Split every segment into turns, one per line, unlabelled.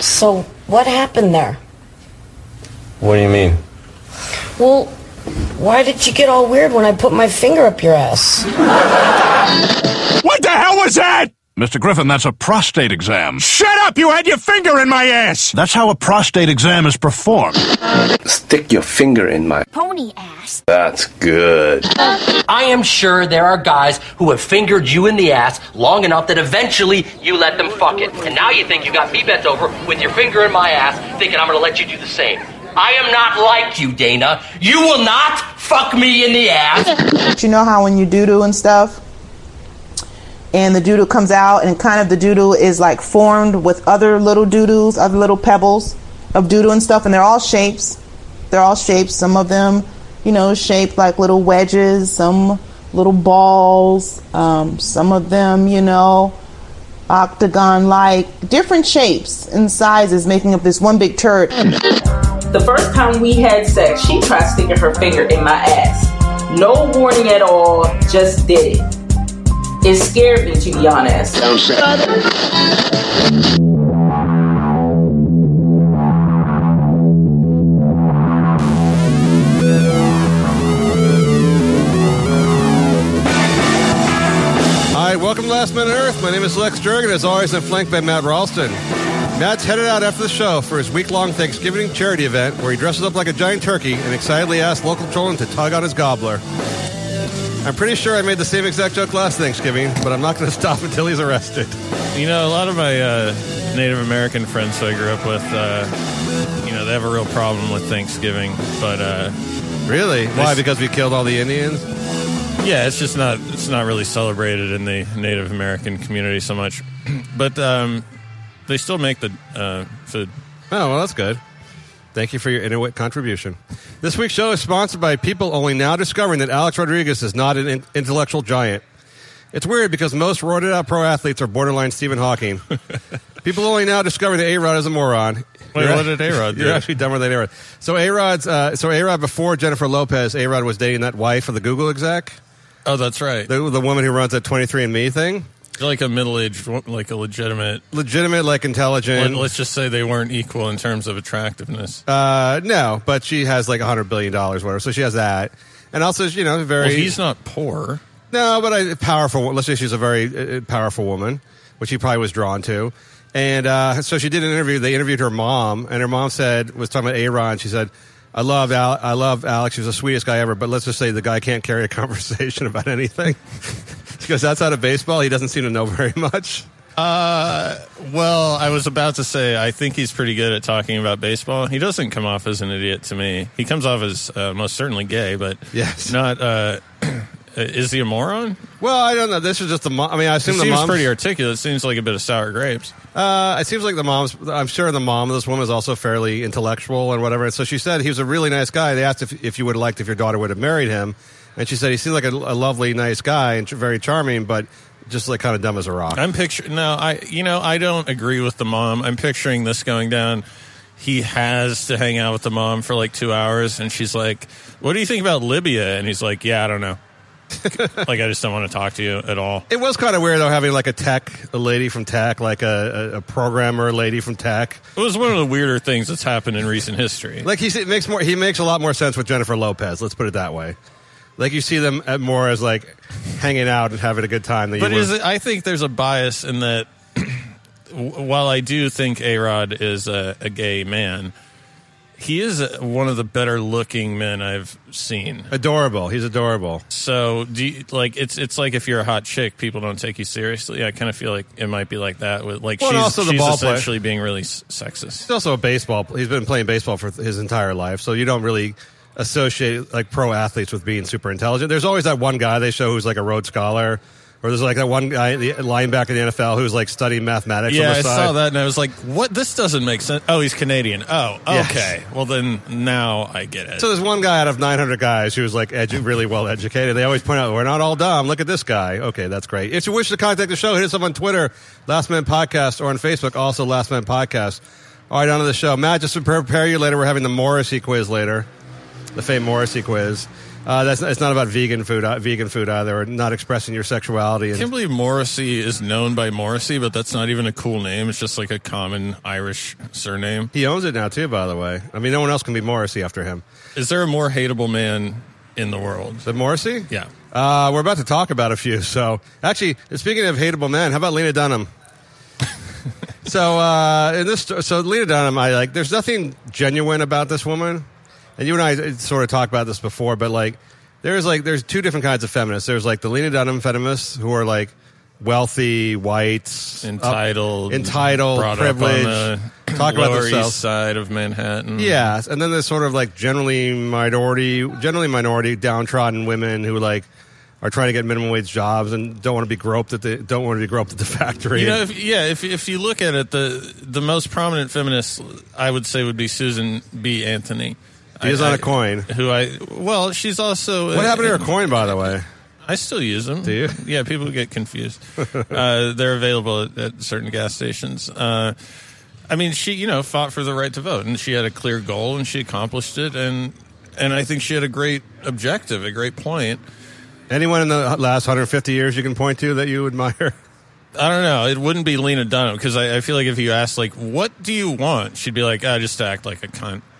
So what happened there?
What do you mean?
Well, why did you get all weird when I put my finger up your ass?
What the hell was that?
Mr. Griffin, that's a prostate exam.
Shut up! You had your finger in my ass!
That's how a prostate exam is performed.
Stick your finger in my.
Pony ass.
That's good.
I am sure there are guys who have fingered you in the ass long enough that eventually you let them fuck it. And now you think you got me bent over with your finger in my ass, thinking I'm gonna let you do the same. I am not like you, Dana. You will not fuck me in the ass.
You know how when you doodle and stuff, and the doodle comes out, and kind of the doodle is like formed with other little doodles, other little pebbles of doodle and stuff, and they're all shapes. They're all shapes. Some of them, you know, shaped like little wedges, some little balls, um, some of them, you know, octagon like, different shapes and sizes making up this one big turd.
The first time we had sex, she tried sticking her finger in my ass. No warning at all, just did it. It scared me, to be honest.
Hi, welcome to Last Man on Earth. My name is Lex Jurgen. As always, I'm flanked by Matt Ralston. Matt's headed out after the show for his week-long Thanksgiving charity event, where he dresses up like a giant turkey and excitedly asks local children to tug on his gobbler. I'm pretty sure I made the same exact joke last Thanksgiving, but I'm not going to stop until he's arrested.
You know, a lot of my uh, Native American friends who I grew up with, uh, you know, they have a real problem with Thanksgiving. But uh,
really, why? Because we killed all the Indians.
Yeah, it's just not it's not really celebrated in the Native American community so much. but um, they still make the uh, food.
Oh, well, that's good. Thank you for your Inuit contribution. This week's show is sponsored by people only now discovering that Alex Rodriguez is not an in- intellectual giant. It's weird because most roided out pro athletes are borderline Stephen Hawking. people only now discover that A Rod is a moron.
Wait,
You're
what
act-
did A-Rod do?
You're actually dumber than A Rod. So A Rod's uh, so A Rod before Jennifer Lopez, A Rod was dating that wife of the Google exec,
Oh, that's right.
the, the woman who runs that 23andMe thing.
Like a middle aged, like a legitimate.
Legitimate, like
Let,
intelligent.
let's just say they weren't equal in terms of attractiveness.
Uh, no, but she has like a hundred billion dollars, whatever. So she has that, and also you know very.
well, he's not poor.
no, but a powerful. Let's say she's a very uh, powerful woman, which he probably was drawn to, and uh, so she did an interview. They interviewed her mom, and her mom said was talking about Aaron. She said. I love Al- I love Alex. He was the sweetest guy ever. But let's just say the guy can't carry a conversation about anything. she goes outside of baseball. He doesn't seem to know very much.
Uh, well, I was about to say I think he's pretty good at talking about baseball. He doesn't come off as an idiot to me. He comes off as uh, most certainly gay, but
Yes.
not. Uh, is he a moron?
Well, I don't know. This is just the mom. I mean, I
He
assume the
seems
mom.
pretty articulate. Seems like a bit of sour grapes.
Uh, it seems like the mom's. I'm sure the mom of this woman is also fairly intellectual and whatever. And so she said he was a really nice guy. They asked if if you would have liked if your daughter would have married him, and she said he seemed like a, a lovely, nice guy and ch- very charming, but just like kind of dumb as a rock.
I'm picturing no, I you know I don't agree with the mom. I'm picturing this going down. He has to hang out with the mom for like two hours, and she's like, "What do you think about Libya?" And he's like, "Yeah, I don't know. like, I just don't want to talk to you at all."
it was kind of weird though having like a tech, a lady from tech, like a, a, a programmer lady from tech.
It was one of the weirder things that's happened in recent history.
Like he it makes more. He makes a lot more sense with Jennifer Lopez. Let's put it that way. Like you see them at more as like hanging out and having a good time. Than
but
you would-
is it, I think there's a bias in that. while I do think A Rod is a, a gay man, he is uh, one of the better looking men I've seen.
adorable? He's adorable.
So do you, like it's it's like if you're a hot chick, people don't take you seriously. I kind of feel like it might be like that with like
Well, and
she's,
also the
she's
ball player.
essentially being really s- sexist.
He's also a baseball. He's been playing baseball for his entire life, so you don't really associate like pro athletes with being super intelligent. There's always that one guy they show who's like a Rhodes Scholar, or there's like that one guy, the linebacker in the NFL, who's like studying mathematics.
Yeah,
on the
I
side.
saw that and I was like, "What? This doesn't make sense." Oh, he's Canadian. Oh,
Yes.
okay. Well, then now I get it.
So there's one guy out of 900 guys who's like edu- really well educated. They always point out we're not all dumb. Look at this guy. Okay, that's great. If you wish to contact the show, hit us up on Twitter, Last Man Podcast, or on Facebook, also Last Man Podcast. All right, on to the show. Matt, just to prepare you later, we're having the Morrissey quiz later, the famed Morrissey quiz. Uh, that's it's not about vegan food, uh, vegan food either, or not expressing your sexuality.
I can't
And,
believe Morrissey is known by Morrissey, but that's not even a cool name. It's just like a common Irish surname.
he owns it now too, by the way. I mean, no one else can be Morrissey after him.
Is there a more hateable man in the world?
The Morrissey?
Yeah.
Uh, we're about to talk about a few. So, actually, speaking of hateable men, how about Lena Dunham? so, uh, in this, so Lena Dunham, I like. There's nothing genuine about this woman, and you and I uh, sort of talked about this before, but like, there's like, there's two different kinds of feminists. There's like the Lena Dunham feminists who are like wealthy whites, up-
Entitled,
entitled,
brought
privileged,
up on the
talk about
Lower
themselves.
East Side of Manhattan.
Yeah, and then there's sort of like generally minority, generally minority downtrodden women who like are trying to get minimum wage jobs and don't want to be groped at the don't want to be groped at the factory.
You know, if, yeah. If if you look at it, the the most prominent feminist I would say would be Susan B. Anthony.
She is
I-
on a
I-
coin.
Who I well, she's also uh,
what happened to her coin, by the way?
I still use them.
Do you?
Yeah, people get confused. uh, they're available at, at certain gas stations. Uh, I mean, she you know fought for the right to vote, and she had a clear goal, and she accomplished it, and and I think she had a great objective, a great point.
Anyone in the last 150 years you can point to that you admire?
I don't know. It wouldn't be Lena Dunham because I, I feel like if you asked like, "What do you want?" she'd be like, "I just act like a cunt."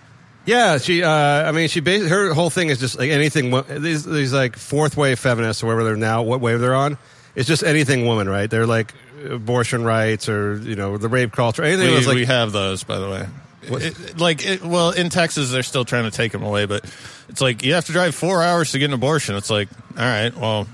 Yeah, she. Uh, I mean, she. Bas- her whole thing is just like anything. wo- These, these like fourth wave feminists, or wherever they're now, what wave they're on, it's just anything woman, right? They're like abortion rights, or you know, the rape culture, anything.
We,
that's like,
we have those, by the way.
What-
It- like, it, well, in Texas, they're still trying to take them away, but it's like you have to drive four hours to get an abortion. It's like, all right, well,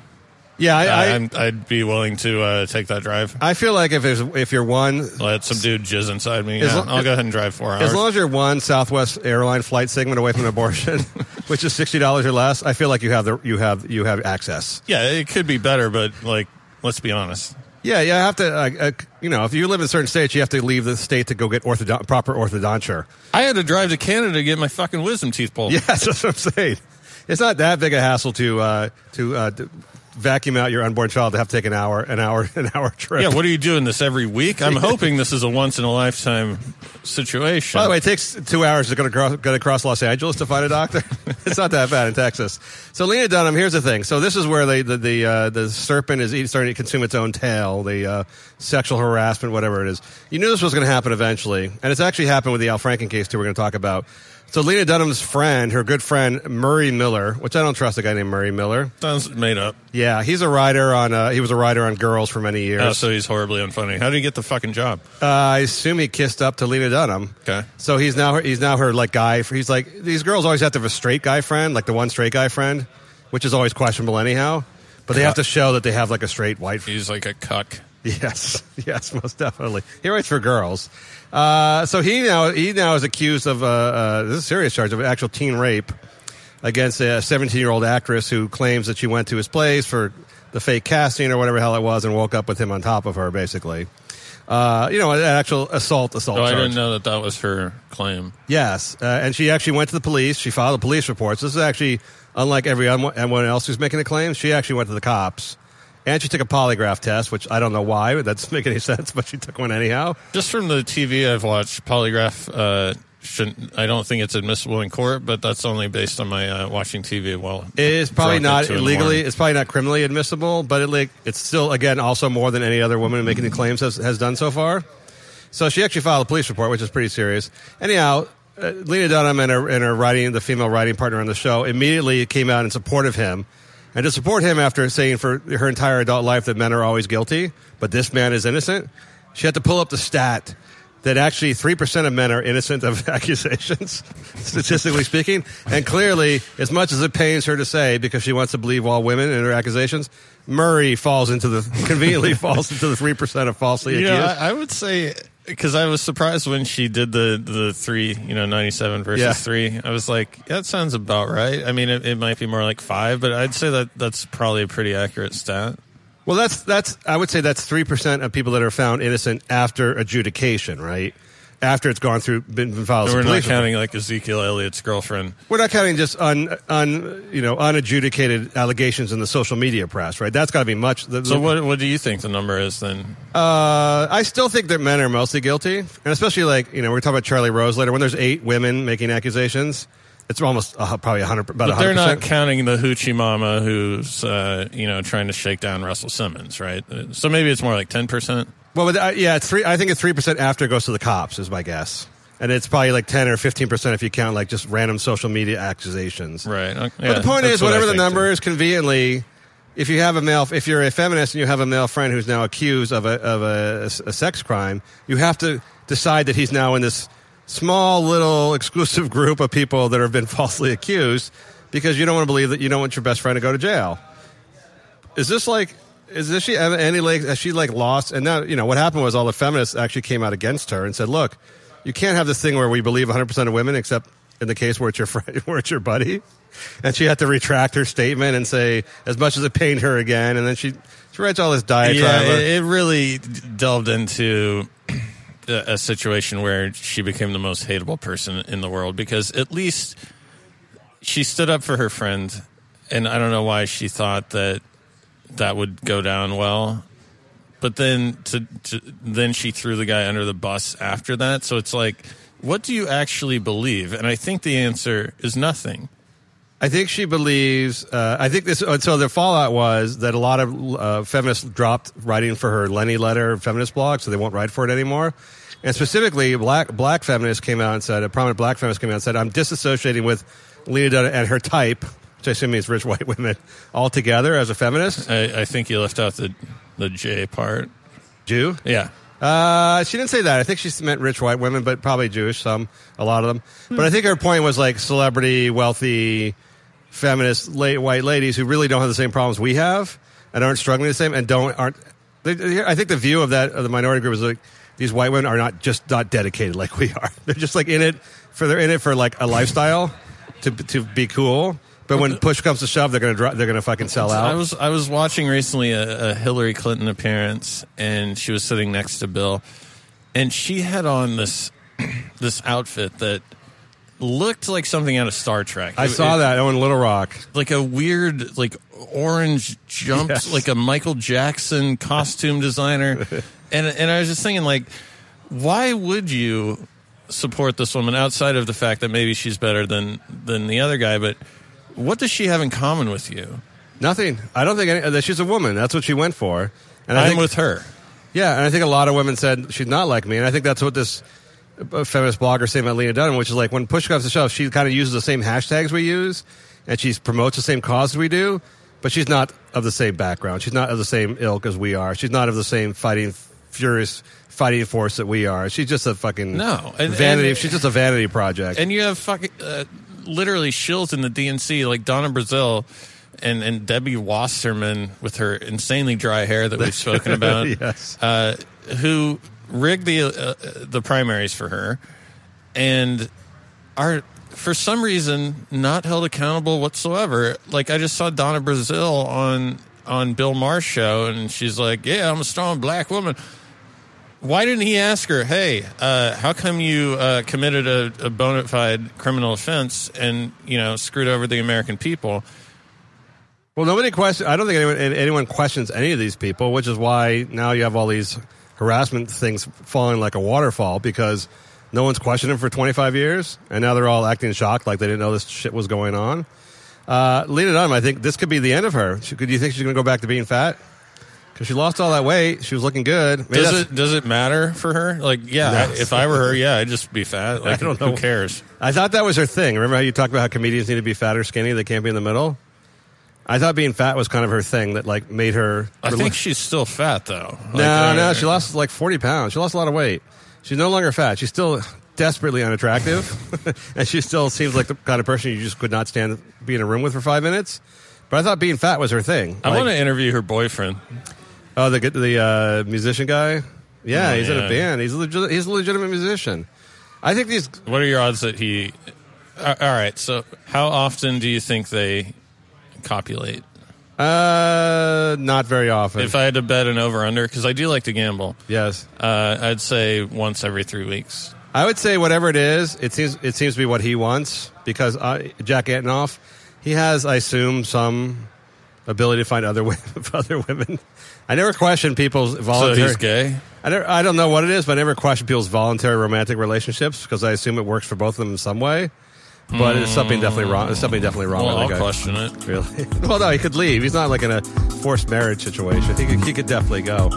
yeah, I,
I,
I,
I'm, I'd be willing to uh, take that drive.
I feel like if there's if you're one
Let some dude jizz inside me.
As
Yeah,
lo-
I'll go ahead and drive four hours.
As long as you're one Southwest airline flight segment away from an abortion, which is sixty dollars or less, I feel like you have the you have you have access.
yeah, it could be better, but like, let's be honest.
Yeah, yeah. I have to, uh, uh, you know, if you live in certain states, you have to leave the state to go get orthodont- proper orthodonture.
I had to drive to Canada to get my fucking wisdom teeth pulled.
Yeah, that's what I'm saying. It's not that big a hassle to uh, to uh, d- vacuum out your unborn child to have to take an hour an hour an hour trip.
Yeah, what are you doing this every week? I'm hoping this is a once in a lifetime situation.
By the way, it takes two hours to go, to cross, go across Los Angeles to find a doctor. it's not that bad in Texas. So Lena Dunham, here's the thing. So this is where they, the the, uh, the serpent is eat, starting to consume its own tail. The uh, sexual harassment, whatever it is. You knew this was going to happen eventually, and it's actually happened with the Al Franken case too. We're going to talk about. So Lena Dunham's friend, her good friend Murray Miller, which I don't trust a guy named Murray Miller.
sounds made up.
Yeah, he's a writer on. Uh, he was a writer on Girls for many years.
Oh, so he's horribly unfunny. How did he get the fucking job?
Uh, I assume he kissed up to Lena Dunham.
Okay.
So he's now her, he's now her like guy. He's like these girls always have to have a straight guy friend, like the one straight guy friend, which is always questionable anyhow. But they have to show that they have like a straight white. friend.
He's like a cuck.
Yes, yes, most definitely. He writes for girls. Uh, so he now he now is accused of uh, uh, this is a serious charge of actual teen rape against a 17 year old actress who claims that she went to his place for the fake casting or whatever the hell it was and woke up with him on top of her, basically. Uh, you know, an actual assault, assault.
Oh, I
charge.
didn't know that that was her claim.
Yes, uh, and she actually went to the police. She filed a police report. So this is actually unlike every un- everyone else who's making a claim. She actually went to the cops, and she took a polygraph test, which I don't know why that doesn't make any sense, but she took one anyhow.
Just from the TV I've watched, polygraph uh, shouldn't. I don't think it's admissible in court, but that's only based on my uh, watching TV while
It is probably
drunk at
not
two in the
legally.
morning.
It's probably not criminally admissible, but it like it's still again also more than any other woman making the claims has, has done so far. So she actually filed a police report, which is pretty serious. Anyhow, uh, Lena Dunham and her and her writing the female writing partner on the show immediately came out in support of him, and to support him after saying for her entire adult life that men are always guilty, but this man is innocent. She had to pull up the stat that actually 3% of men are innocent of accusations, statistically speaking. And clearly, as much as it pains her to say, because she wants to believe all women in her accusations, Murray falls into the, conveniently falls into the 3% of falsely accused.
Yeah, I, I would say because I was surprised when she did the the three, you know, ninety seven versus
Yeah.
three. I was like, that sounds about right. I mean, it, it might be more like five, but I'd say that that's probably a pretty accurate stat.
Well, that's that's. I would say that's three percent of people that are found innocent after adjudication, right? After it's gone through, been, been filed. as a
We're not
police report.
counting like Ezekiel Elliott's girlfriend.
We're not counting just un, un, you know, unadjudicated allegations in the social media press, right? That's got to be much. The,
So what what do you think the number is then?
Uh, I still think that men are mostly guilty, and especially like you know, we're talking about Charlie Rose later. When there's eight women making accusations, it's It's almost uh, probably 100, about
But
100%.
they're not counting the hoochie mama who's uh, you know trying to shake down Russell Simmons, right? Uh, So maybe it's more like ten percent.
Well, but, uh, yeah, it's three. I think it's three percent after it goes to the cops is my guess, and it's probably like ten or fifteen percent if you count like just random social media accusations.
Right. Uh,
but
yeah,
the point
that's
is,
what I
whatever the
think, too.
number is, conveniently, if you have a male, if you're a feminist and you have a male friend who's now accused of a of a, a sex crime, you have to decide that he's now in this small little exclusive group of people that have been falsely accused because you don't want to believe that you don't want your best friend to go to jail. Is this like? Is this she Annie Lake? Has she like lost? And now you know what happened was all the feminists actually came out against her and said, "Look, you can't have this thing where we believe 100 percent of women, except in the case where it's your friend, where it's your buddy." And she had to retract her statement and say, as much as it pained her again. And then she she writes all this
Yeah,
diatribe. of-
it, it really d- delved into a, a situation where she became the most hateable person in the world because at least she stood up for her friend, and I don't know why she thought that that would go down well. But then to, to then she threw the guy under the bus after that. So it's like, what do you actually believe? And I think the answer is nothing.
I think she believes. Uh, I think this. uh, So the fallout was that a lot of uh, feminists dropped writing for her Lenny letter feminist blog, so they won't write for it anymore. And specifically, black black feminists came out and said a prominent black feminist came out and said, "I'm disassociating with Lena Dunham and her type, which I assume means rich white women, altogether as a feminist."
I, I think you left out the the J part.
Jew.
Yeah.
Uh, she didn't say that. I think she meant rich white women, but probably Jewish, some, a lot of them. But I think her point was like celebrity, wealthy, feminist, late white ladies who really don't have the same problems we have and aren't struggling the same and don't, aren't, they- they, I think the view of that, of the minority group is like, these white women are not just not dedicated like we are. They're just like in it for, they're in it for like a lifestyle to, to be cool. But when push comes to shove, they're going to drop, they're going to fucking sell out.
I was I was watching recently a, a Hillary Clinton appearance, and she was sitting next to Bill, and she had on this this outfit that looked like something out of Star Trek.
I
It-
saw
it-
that Owen Little Rock.
like a weird like orange jump
Yes.
like a michael jackson costume designer and and i was just thinking like why would you support this woman outside of the fact that maybe she's better than than the other guy but what does she have in common with you
Nothing. I don't think any, that she's a woman. That's what she went for. And I
i'm
think,
with her
yeah, and I think a lot of women said she's not like me, and I think that's what this uh, feminist blogger saying about Lena Dunham, which is like when push comes to shove, she kind of uses the same hashtags we use, and she promotes the same causes we do, but she's not of the same background. She's not of the same ilk as we are. She's not of the same fighting furious fighting force that we are. She's just a fucking
No, and-
vanity.
and-
she's just a vanity project.
and you have fucking uh, literally shills in the DNC like Donna Brazil and and Debbie Wasserman with her insanely dry hair that we've spoken about,
Yes.
uh, who rigged the uh, the primaries for her and are for some reason not held accountable whatsoever. Like I just saw Donna Brazil on on Bill Maher's show, and she's like, "Yeah, I'm a strong black woman." Why didn't he ask her, "Hey, uh, how come you uh, committed a, a bona fide criminal offense and you know screwed over the American people?"
Well, nobody question. I don't think anyone anyone questions any of these people, which is why now you have all these harassment things falling like a waterfall because no one's questioned them for 25 years, and now they're all acting shocked like they didn't know this shit was going on. Uh, Lena Dunham, I think this could be the end of her. She, could you think she's going to go back to being fat? Because she lost all that weight, she was looking good. Maybe
Does
that's-
it does it matter for her? Like, yeah,
No.
I- if I were her, yeah, I'd just be fat. Like,
I don't
who
know.
cares?
I thought that was her thing. Remember how you talked about how comedians need to be fat or skinny? They can't be in the middle. I thought being fat was kind of her thing that like made her.
I think she's still fat though. Like, uh,
No,
I-
no, she lost like 40 pounds. She lost a lot of weight. She's no longer fat. She's still desperately unattractive. and she still seems like the kind of person you just could not stand be in a room with for five minutes. But I thought being fat was her thing.
I
Like,
want to interview her boyfriend.
Oh, the the uh, musician guy? Yeah,
Oh,
he's in
yeah.
a band. He's a, legit, he's a legitimate musician. I think these.
What are your odds that he? Uh, all right. So, how often do you think they copulate?
Uh, not very often.
If I had to bet an over under, because I do like to gamble,
yes.
uh, I'd say once every three weeks.
I would say whatever it is, it seems it seems to be what he wants because I, Jack Antonoff, he has, I assume, some ability to find other women, other women. I never question people's
So
voluntary.
he's gay.
I, never, I don't know what it is, but I never question people's voluntary romantic relationships because I assume it works for both of them in some way. But it's something definitely wrong. There's something definitely wrong
Well,
with
I'll
the guy.
question it.
Really? well, no, he could leave. He's not like in a forced marriage situation. He could, he could definitely go.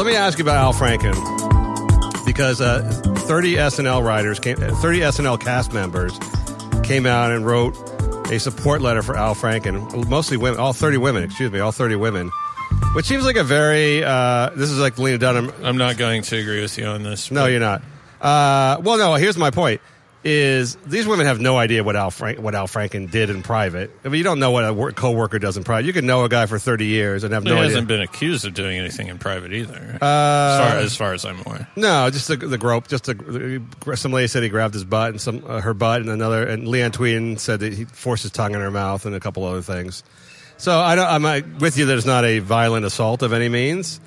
Let me ask you about Al Franken because uh, 30 SNL writers, came, uh, 30 SNL cast members came out and wrote a support letter for Al Franken. Mostly women, all 30 women. Excuse me, all 30 women. Which seems like a very. Uh, this is like Lena Dunham
I'm not going to agree with you on this.
no, you're not. Uh, well, no. Here's my point: is these women have no idea what Al Frank, what Al Franken did in private. I mean, you don't know what a work, coworker does in private. You can know a guy for 30 years and have
He
no idea.
hasn't been accused of doing anything in private either. Uh, as far as I'm aware.
no, just the, the grope. Just the, some lady said he grabbed his butt and some uh, her butt, and another and Leanne Tweeden said that he forced his tongue in her mouth and a couple other things. So I don't, I'm uh, with you that it's not a violent assault of any means,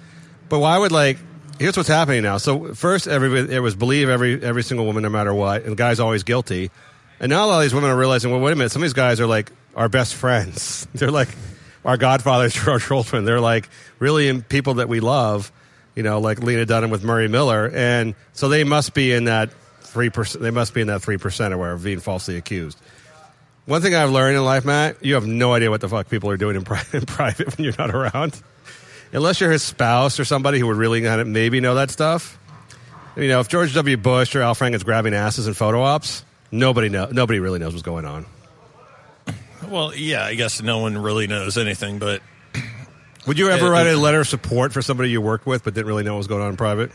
but why would like? Here's what's happening now. So first, everybody it was believe every every single woman, no matter what, and the guy's always guilty. And now a lot of these women are realizing, well, wait a minute, some of these guys are like our best friends. They're like our godfathers to our children. They're like really in people that we love, you know, like Lena Dunham with Murray Miller, and so they must be in that three percent. They must be in that three percent or whatever, being falsely accused. One thing I've learned in life, Matt, you have no idea what the fuck people are doing in, pri- in private when you're not around. Unless you're his spouse or somebody who would really kind of maybe know that stuff. You know, if George W. Bush or Al Franken's grabbing asses in photo ops, nobody know, nobody really knows what's going on.
Well, yeah, I guess no one really knows anything, but
Would you ever
Uh,
write a
uh,
letter of support for somebody you worked with but didn't really know what was going on in private?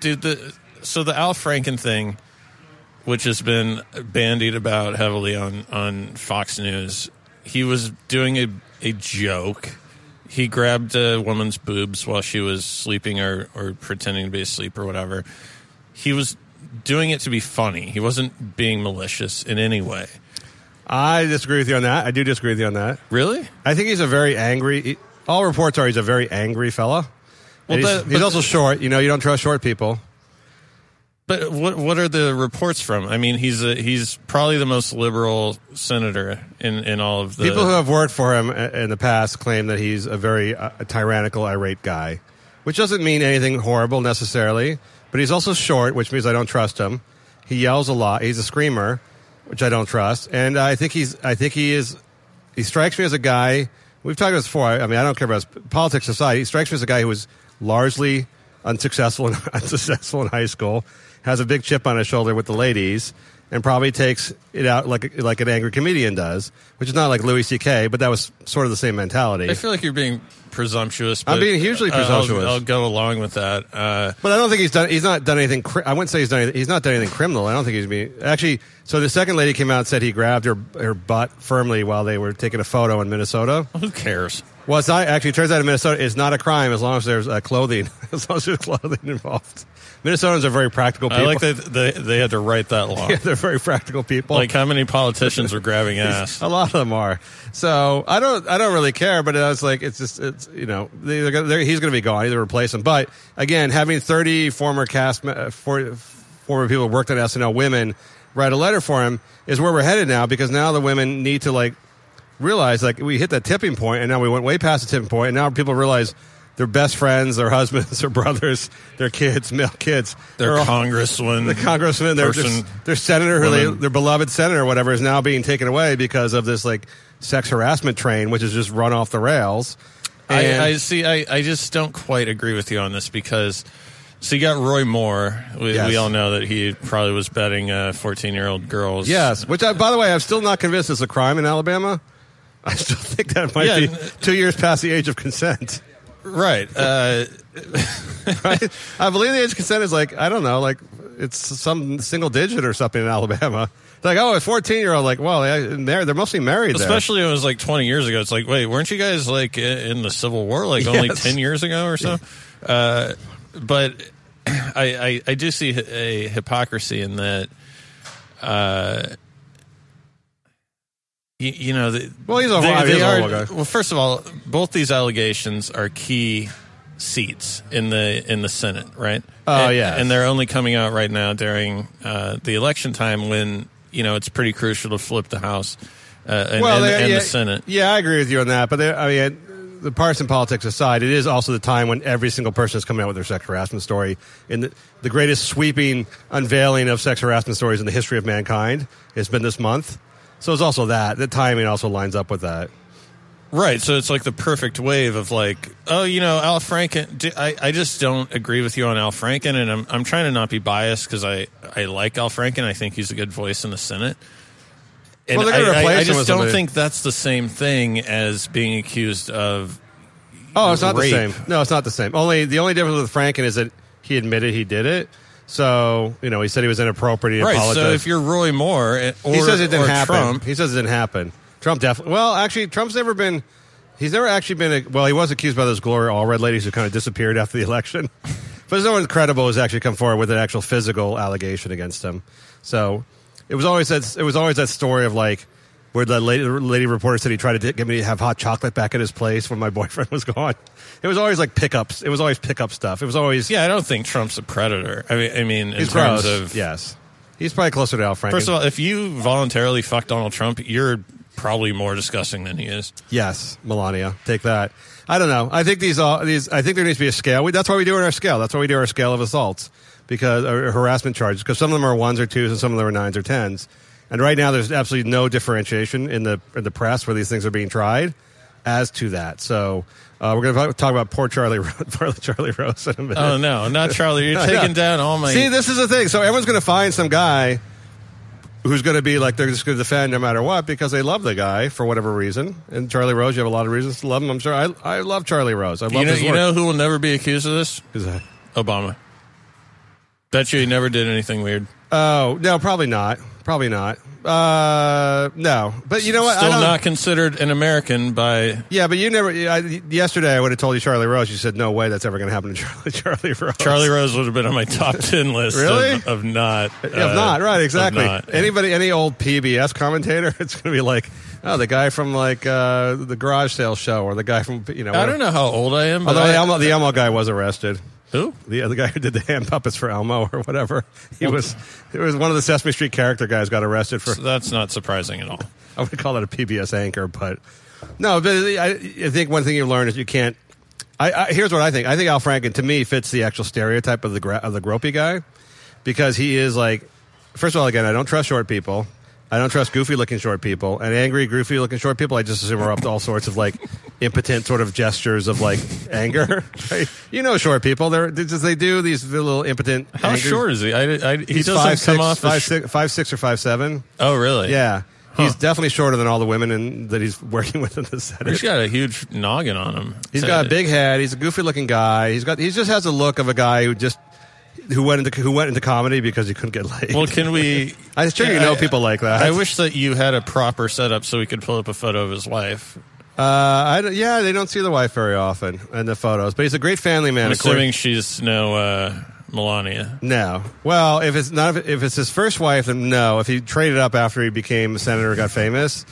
dude, the so the Al Franken thing, which has been bandied about heavily on on Fox News, he was doing a a joke. He grabbed a woman's boobs while she was sleeping or or pretending to be asleep or whatever. He was doing it to be funny. He wasn't being malicious in any way.
I disagree with you on that. I do disagree with you on that.
Really?
I think he's a very angry. he- all reports are he's a very angry fella.
Well,
And he's
but-
he's
but-
also short. You know, you don't trust short people.
But what what are the reports from? I mean, he's a, he's probably the most liberal senator in, in all of the
People who have worked for him i- in the past claim that he's a very uh, tyrannical, irate guy, which doesn't mean anything horrible necessarily. But he's also short, which means I don't trust him. He yells a lot. He's a screamer, which I don't trust. And I think he's. I think he is. He strikes me as a guy. We've talked about this before. I I mean, I don't care about his politics aside. He strikes me as a guy who was largely unsuccessful in, unsuccessful in high school, has a big chip on his shoulder with the ladies, and probably takes it out like like an angry comedian does, which is not like Louis C.K., but that was sort of the same mentality.
I feel like you're being presumptuous. But
I'm being hugely
I- I'll-
presumptuous.
I'll, go along with that. Uh,
But I don't think he's done. He's not done anything. Cri- I wouldn't say he's done. Anything, he's not done anything criminal. I don't think he's being actually. So the second lady came out and said he grabbed her her butt firmly while they were taking a photo in Minnesota.
who cares?
Well, it's not actually. It turns out in Minnesota, it's not a crime as long as there's uh, clothing. As long as there's clothing involved. Minnesotans are very practical people.
I like that they, they had to write that law.
Yeah, they're very practical people.
like how many politicians are grabbing ass?
a lot of them are. So I don't. I don't really care. But I was like, it's just. It's you know, they- they're gonna, they're, he's going to be gone. Either replace him. But again, having thirty former cast, me- uh, for, former people who worked on SNL women write a letter for him is where we're headed now because now the women need to like realize like we hit that tipping point and now we went way past the tipping point and now people realize their best friends, their husbands, their brothers, their kids, male kids,
They're
are all-
congressman,
the congressman, their,
Mhm. person.
their senator, who they,
women.
their beloved senator, or whatever, is now being taken away because of this like sex harassment train, which has just run off the rails. And
I, I see. I, I just don't quite agree with you on this because so you got Roy Moore. We,
Yes.
we all know that he probably was betting uh, fourteen-year-old girls.
yes, which I, by the way, I'm still not convinced it's a crime in Alabama. I still think that might
Yeah,
be
and-
two years past the age of consent.
right. Uh,
Right? I believe the age of consent is like I don't know, like it's some single digit or something in Alabama. Like oh, a 14 year old, like well, they're, they're mostly married. there.
Especially when it was like 20 years ago. It's like, wait, weren't you guys like i- in the Civil War like only
Yes.
10 years ago or so? Uh, but I, I, I do see a hypocrisy in that. Uh, you, you know, the,
Well, he's a- he's a horrible guy.
Well, first of all, both these allegations are key seats in the in the Senate, right?
Oh,
and,
yes.
and they're only coming out right now during uh, the election time when you know it's pretty crucial to flip the House uh, and, and,
they-
and
yeah,
the Senate.
Yeah, I agree with you on that. But they, I mean, the partisan politics aside, it is also the time when every single person is coming out with their sex harassment story. And the, the greatest sweeping unveiling of sex harassment stories in the history of mankind has been this month. So it's also that. The timing also lines up with that.
Right, so it's like the perfect wave of like, oh, you know, Al Franken. d- I, I just don't agree with you on Al Franken, and I'm I'm trying to not be biased because I I like Al Franken. I think he's a good voice in the Senate. And
Well, they're gonna
I- I,
replace
I
him
just
with
don't
somebody.
think that's the same thing as being accused of.
Oh, it's not
Rape.
the same. No, it's not the same. Only the only difference with Franken is that he admitted he did it. So you know, he said he was inappropriate. He
Right,
apologized.
so if you're Roy Moore eh, or,
he says it didn't
or
happen.
Trump,
He says it didn't happen. Trump definitely. Well, actually, Trump's never been. He's never actually been. A, well, he was accused by those Gloria Allred ladies who kind of disappeared after the election. But no one credible has actually come forward with an actual physical allegation against him. So it was always that. It was always that story of like where the lady, lady reporter said he tried to get me to have hot chocolate back at his place when my boyfriend was gone. It was always like pickups. It was always pickup stuff. It was always
yeah, I don't think Trump's a predator. I mean, I mean, in
He's
terms
gross.
of
yes, he's probably closer to Al Franken.
First of all, if you voluntarily fuck Donald Trump, you're probably more disgusting than he is.
Yes, Melania, take that. I don't know. I think these all these. I think there needs to be a scale. We, that's why we do our scale. That's why we do our scale of assaults because or harassment charges because some of them are ones or twos and some of them are nines or tens. And right now, there's absolutely no differentiation in the in the press where these things are being tried as to that. So uh, we're going to talk about poor Charlie Ro- poor Charlie Rose in a minute.
Oh no, not Charlie. You're
I know.
taking down all my.
See, this is the thing. So everyone's going to find some guy who's going to be like they're just going to defend no matter what because they love the guy for whatever reason. And Charlie Rose, you have a lot of reasons to love him. I'm sure. I I love Charlie Rose. I love
you know,
his
you
work.
know who will never be accused of this?
Who's that?
Obama. Bet you he never did anything weird.
Oh no, probably not. Probably not. Uh, no, but you know what? I
Still
don't-
not considered an American by
Yeah, but you never. I, yesterday, I would have told you Charlie Rose. You said no way that's ever going to happen to Charlie, Charlie Rose.
Charlie Rose would have been on my top ten list.
Really?
Of, of not. uh,
If not, right, exactly.
Anybody?
Anybody, any old PBS commentator, it's going to be like, oh, the guy from like uh, the garage sale show, or the guy from you know.
I don't know how old I am. But
Although
I,
the, Elmo, the Elmo guy was arrested,
who?
the the guy who did the hand puppets for Elmo or whatever, he was it was one of the Sesame Street character guys got arrested for.
That's not surprising at all.
I would call it a PBS anchor, but no. But I, I think one thing you learn is you can't. I, I here's what I think. I think Al Franken to me fits the actual stereotype of the gra- of the gropey guy because he is like. First of all, again, I don't trust short people. I don't trust goofy looking short people and angry, goofy looking short people. I just assume are up to all sorts of like impotent sort of gestures of like anger. right? You know, short people. They're, they just they do these little impotent.
How
angry-
short is he? I, I, he
He's
doesn't
five,
come
six,
off. as
five,
sh-
six- five, six or five seven.
Oh really?
Yeah. He's definitely shorter than all the women in, that he's working with in the Senate.
He's got a huge noggin on him.
he's got a big head. He's a goofy looking guy. He's got. He just has a look of a guy who just who went into who went into comedy because he couldn't get laid.
Well, can we?
I'm sure you know people like that.
I wish that you had a proper setup so we could pull up a photo of his wife.
Uh, I don't- yeah, they don't see the wife very often in the photos, but he's a great family man.
I'm
according-
assuming she's no uh, Melania.
No. Well, if it's not if it's his first wife, then no. If he traded up after he became a senator, got famous.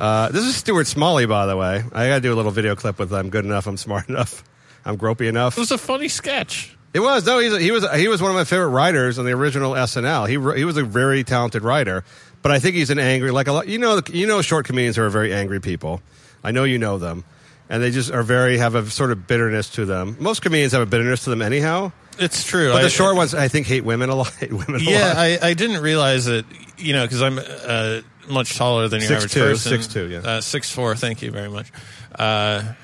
Uh, this is Stuart Smalley, by the way. I got to do a little video clip with "I'm good enough, I'm smart enough, I'm gropey enough."
It was a funny sketch.
It was no, he's, he was he was one of my favorite writers on the original SNL. He wr- he was a very talented writer, but I think he's an angry like a lot. You know, you know, short comedians are very angry people. I know you know them, and they just are very have a sort of bitterness to them. Most comedians have a bitterness to them anyhow,
It's true.
but
I-
the short ones I think hate women a lot. Hate women, a
Yeah,
lot.
I, I didn't realize that. You know, because I'm uh, much taller than your average
6'2",
person.
6'2", yeah.
uh, six four. Thank you very much. Uh,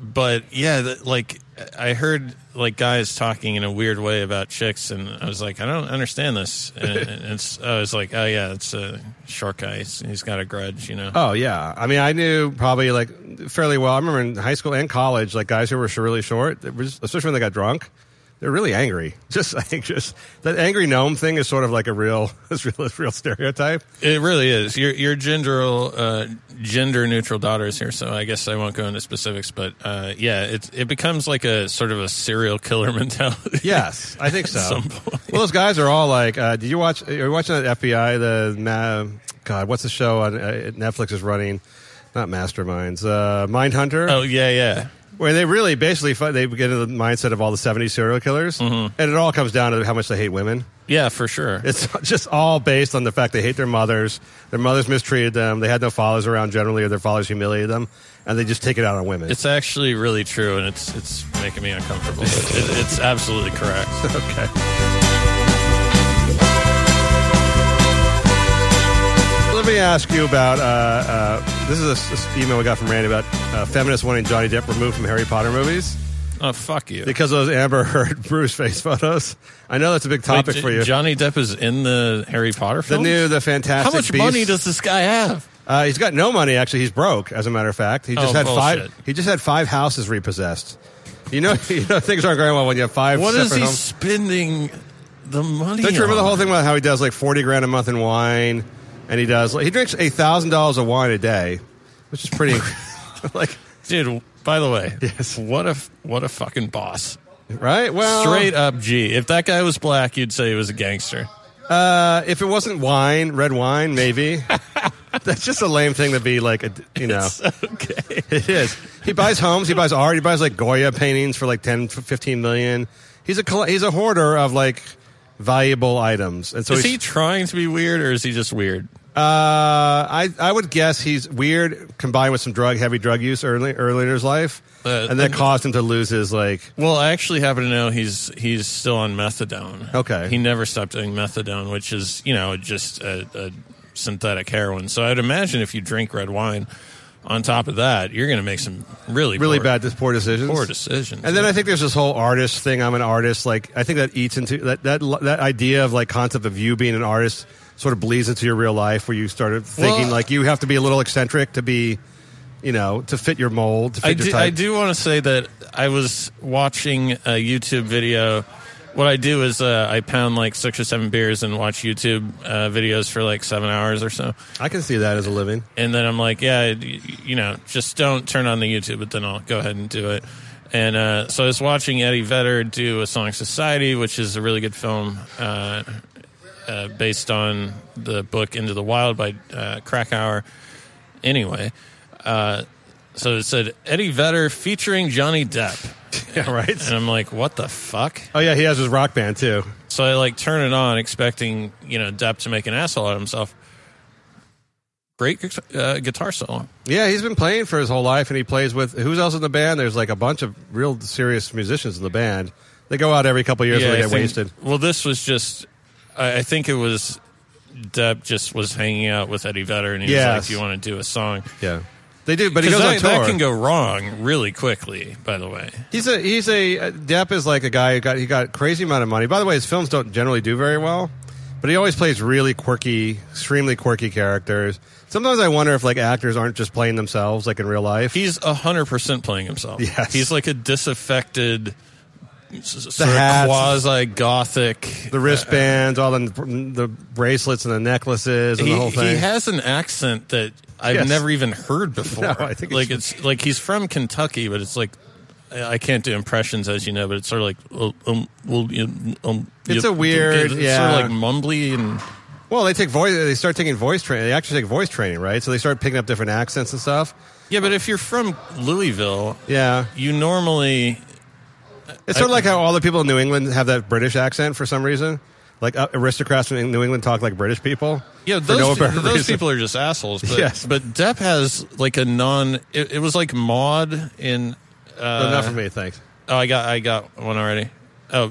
but yeah, that, like I heard like guys talking in a weird way about chicks, and I was like, I don't understand this. And, and it's I was like, oh yeah, it's a short guy. He's, he's got a grudge, you know.
Oh yeah, I mean, I knew probably like fairly well. I remember in high school and college, like guys who were sh- really short, it was, especially when they got drunk, they're really angry. Just I think just that angry gnome thing is sort of like a real, it's real, it's real stereotype.
It really is. Your your gender uh, gender neutral daughters here, so I guess I won't go into specifics, but uh, yeah, it it becomes like a sort of a serial killer mentality.
Yes, I think so.
some point.
Well, those guys are all like, uh, did you watch? Are you watching that FBI? The ma- God, what's the show on uh, Netflix is running? Not Masterminds, uh, Mindhunter.
Oh yeah, yeah.
Where they really basically fi- they get into the mindset of all the '70s serial killers,
Mm-hmm.
and it all comes down to how much they hate women.
Yeah, for sure.
It's just all based on the fact they hate their mothers. Their mothers mistreated them. They had no fathers around generally, or their fathers humiliated them, and they just take it out on women.
It's actually really true, and it's it's making me uncomfortable. but it, it's absolutely correct.
okay. Let me ask you about uh, uh, this is a, this email we got from Randy about uh, feminists wanting Johnny Depp removed from Harry Potter movies
Oh fuck you.
because of those Amber Heard Bruce face photos. I know that's a big topic
Wait,
for you.
Johnny Depp is in the Harry Potter
the
film.
new, the fantastic.
How much
Beasts.
money does this guy have?
Uh, he's got no money. Actually, he's broke. As a matter of fact, he just
Oh,
had
bullshit.
five. He just had five houses repossessed. You know, you know things aren't going well when you have five.
What is
separate
he
homes.
spending the money?
Don't you remember the
on?
whole thing about how he does like forty grand a month in wine, and he does like, he drinks eight thousand dollars of wine a day, which is pretty like
dude? By the way,
Yes.
What a what a fucking boss.
right. Well,
Straight up G. If that guy was black, you'd say he was a gangster.
Uh, if it wasn't wine, red wine, maybe. That's just a lame thing to be like. A, you know,
Okay.
it is. He buys homes. He buys art. He buys like Goya paintings for like 10, 15 million. He's a coll- he's a hoarder of like valuable items, and so
Is
he's,
he trying to be weird or is he just weird?
Uh, I I would guess he's weird, combined with some drug heavy drug use early early in his life,
Uh,
and that
and-
caused him to lose his like.
Well, I actually happen to know he's he's still on methadone.
Okay.
he never stopped doing methadone, which is you know just a, a synthetic heroin. So I'd imagine if you drink red wine, on top of that, you're going to make some really
Really
poor,
bad, dis- poor decisions.
poor decisions.
And then I think there's this whole artist thing. I'm an artist. Like I think that eats into that that that idea of like concept of you being an artist sort of bleeds into your real life, where you started thinking
Well-
like you have to be a little eccentric to be, you know, to fit your mold. To fit
I
your
do,
type.
I do want to say that I was watching a YouTube video. What I do is uh, I pound like six or seven beers and watch YouTube uh, videos for like seven hours or so.
I can see that as a living.
and then I'm like, yeah, y- you know, just don't turn on the YouTube, but then I'll go ahead and do it. And uh, so I was watching Eddie Vedder do a song Society, which is a really good film uh, uh, based on the book Into the Wild by uh, Krakauer. Anyway, uh, so it said Eddie Vedder featuring Johnny Depp.
Yeah, right.
And I'm like, what the fuck?
Oh yeah, he has his rock band too.
So I like turn it on, expecting you know Depp to make an asshole out of himself. Great gu- uh, guitar solo.
Yeah, he's been playing for his whole life, and he plays with who's else in the band? There's like a bunch of real serious musicians in the band. They go out every couple of years and they
I
get
think-
wasted.
Well, this was just. I, I think it was Depp just was hanging out with Eddie Vedder, and he was
Yes.
like, "You want to do a song?"
Yeah, they do, but he
'Cause
goes
that,
on tour.
that can go wrong really quickly. By the way,
He's a he's a uh, Depp is like a guy who got he got a crazy amount of money. By the way, his films don't generally do very well, but he always plays really quirky, extremely quirky characters. Sometimes I wonder if like actors aren't just playing themselves like in real life.
he's hundred percent playing himself.
Yes.
he's like a disaffected, s- sort
hats.
of quasi gothic.
the wristbands, all the the bracelets and the necklaces and
he,
the whole thing.
he has an accent that I've
Yes.
never even heard before.
No, I think it's-
like it's, like he's from Kentucky, but it's like I I can't do impressions, as you know. But it's sort of like oh, um, well, you- um,
It's
you-
a weird-
it's
yeah.
sort of like mumbly and
Well, they take voice. They start taking voice training. They actually take voice training, right? So they start picking up different accents and stuff.
yeah. But if you're from Louisville,
Yeah,
you normally
it's sort of like how all the people in New England have that British accent for some reason. Like uh, aristocrats in New England talk like British people.
yeah
for
those
no
pe-
apparent
those
reason.
people are just assholes. But,
Yes.
but Depp has like a non. It, it was like Maud in. Uh,
Enough for me, thanks.
Oh, I got I got one already. Oh,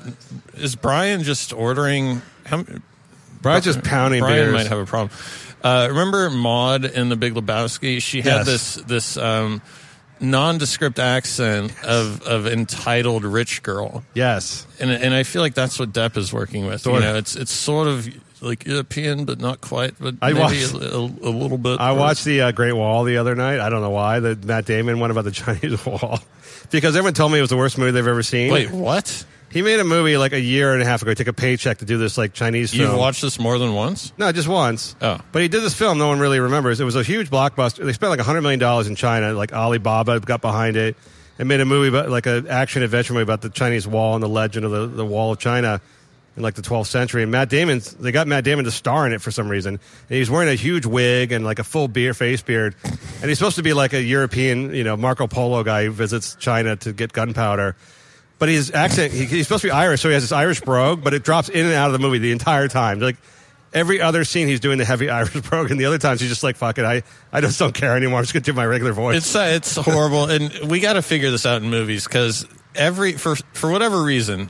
is Brian just ordering? How,
Brian's just pounding
Brian
beers.
might have a problem. Uh, remember Maud in The Big Lebowski? She
Yes.
had this this um, nondescript accent of of entitled rich girl,
yes,
and and I feel like that's what Depp is working with.
Sort
you
of.
know, it's it's sort of like European, but not quite. But
I
maybe
watched-
a, a, a little bit.
I watched the uh, Great Wall the other night. I don't know why the Matt Damon one about the Chinese Wall because everyone told me it was the worst movie they've ever seen.
Wait, what?
he made a movie like a year and a half ago. He took a paycheck to do this like Chinese.
You've
film.
watched this more than once?
No, just once.
Oh.
But he did this film no one really remembers. It was a huge blockbuster. They spent like $100 million in China. Like Alibaba got behind it and made a movie, about, like an action adventure movie about the Chinese wall and the legend of the, the wall of China. in like the 12th century. And Matt Damon, they got Matt Damon to star in it for some reason. And he's wearing a huge wig and like a full beard, face beard. And he's supposed to be like a European, you know, Marco Polo guy who visits China to get gunpowder. But his accent, he, he's supposed to be Irish, so he has this Irish brogue, but it drops in and out of the movie the entire time. Like every other scene, he's doing the heavy Irish brogue, and the other times he's just like, fuck it, I, I just don't care anymore. I'm just going to do my regular voice.
It's uh, it's horrible, and we got to figure this out in movies because every for for whatever reason,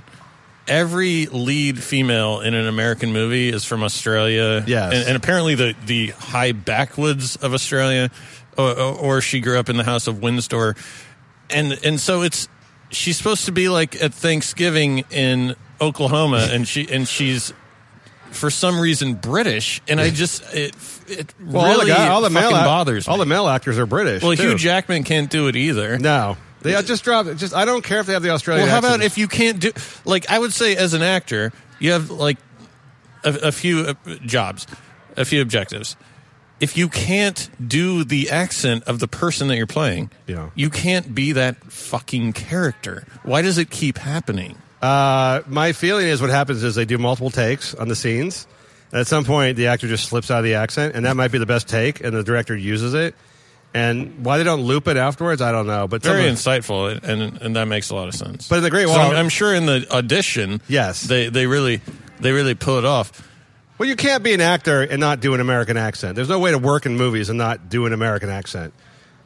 every lead female in an American movie is from Australia.
Yes.
and, and apparently the the high backwoods of Australia, or, or, or she grew up in the House of Windsor, and and so it's she's supposed to be like at Thanksgiving in Oklahoma, and she and she's. For some reason, British, and I just it it
Well, all the,
really
guy- all the male
fucking
act-
bothers me.
All the male actors are British.
Well,
too.
Hugh Jackman can't do it either.
No, they I just dropped. Just I don't care if they have the Australian.
Well, how about
accent.
if you can't do like I would say as an actor, you have like a, a few uh, jobs, a few objectives. If you can't do the accent of the person that you're playing,
Yeah.
you can't be that fucking character. Why does it keep happening?
Uh, my feeling is what happens is they do multiple takes on the scenes, and at some point the actor just slips out of the accent, and that might be the best take, and the director uses it. And why they don't loop it afterwards, I don't know. But some
Very
of-
insightful, and and that makes a lot of sense.
But in the Great
So
Wall-
I'm sure in the audition,
Yes.
they they really they really pull it off.
well, you can't be an actor and not do an American accent. There's no way to work in movies and not do an American accent.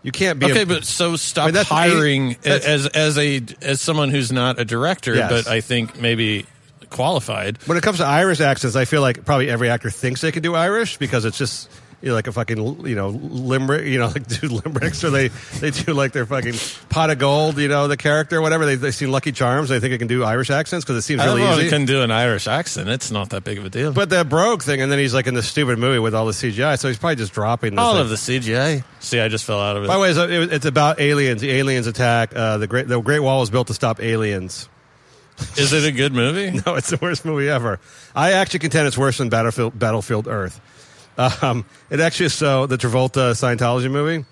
You can't be. a-
Okay, but so stop
mean, that's-
hiring a-
that's-
as as a as someone who's not a director,
Yes.
but I think maybe qualified.
When it comes to Irish accents, I feel like probably every actor thinks they can do Irish because it's just you know, like a fucking you know limerick, you know, like do limericks or they they do like their fucking pot of gold, you know, the character, whatever. They they seen Lucky Charms, they think they can do Irish accents because it seems
I don't
really
know if I
easy.
can do an Irish accent. It's not that big of a deal.
but that brogue thing, and then he's like in this stupid movie with all the CGI, so he's probably just dropping this,
all
like-
of the CGI. See, I just fell out of it.
By the way, it's, it- it's about aliens. The aliens attack. Uh, the great the Great Wall was built to stop aliens.
Is it a good movie?
No, it's the worst movie ever. I actually contend it's worse than Battlefield Battlefield Earth. Um, it actually is so the Travolta Scientology movie.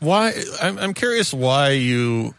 Why? I'm, I'm curious why you.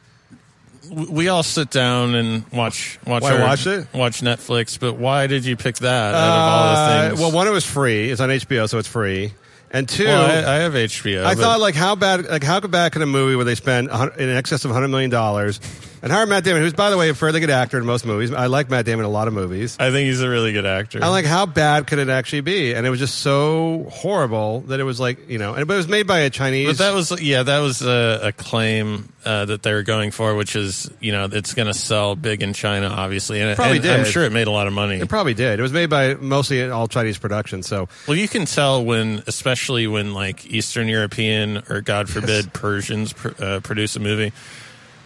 w- We all sit down and watch watch
Why
our-
watch it?
watch Netflix, but why did you pick that out of all the
Uh,
things?
well, one it was free. It's on HBO, so it's free. And two,
Well,
I,
I, I have HBO. but-
thought like how bad like how bad can a movie where they spend a hun- in excess of hundred million dollars and hire Matt Damon, who's by the way a fairly good actor in most movies. I like Matt Damon in a lot of movies.
I think he's a really good actor.
I'm like, how bad could it actually be? And it was just so horrible that it was like, you know, and, but it was made by a Chinese.
But that was yeah, that was a, a claim uh, that they were going for, which is you know it's going to sell big in China, obviously, and,
Probably
and I'm
did.
sure it made a lot of money.
It probably did. It was made by mostly an all Chinese production. So
well, you can tell when, especially when like Eastern European or God forbid Persians pr- uh, produce a movie,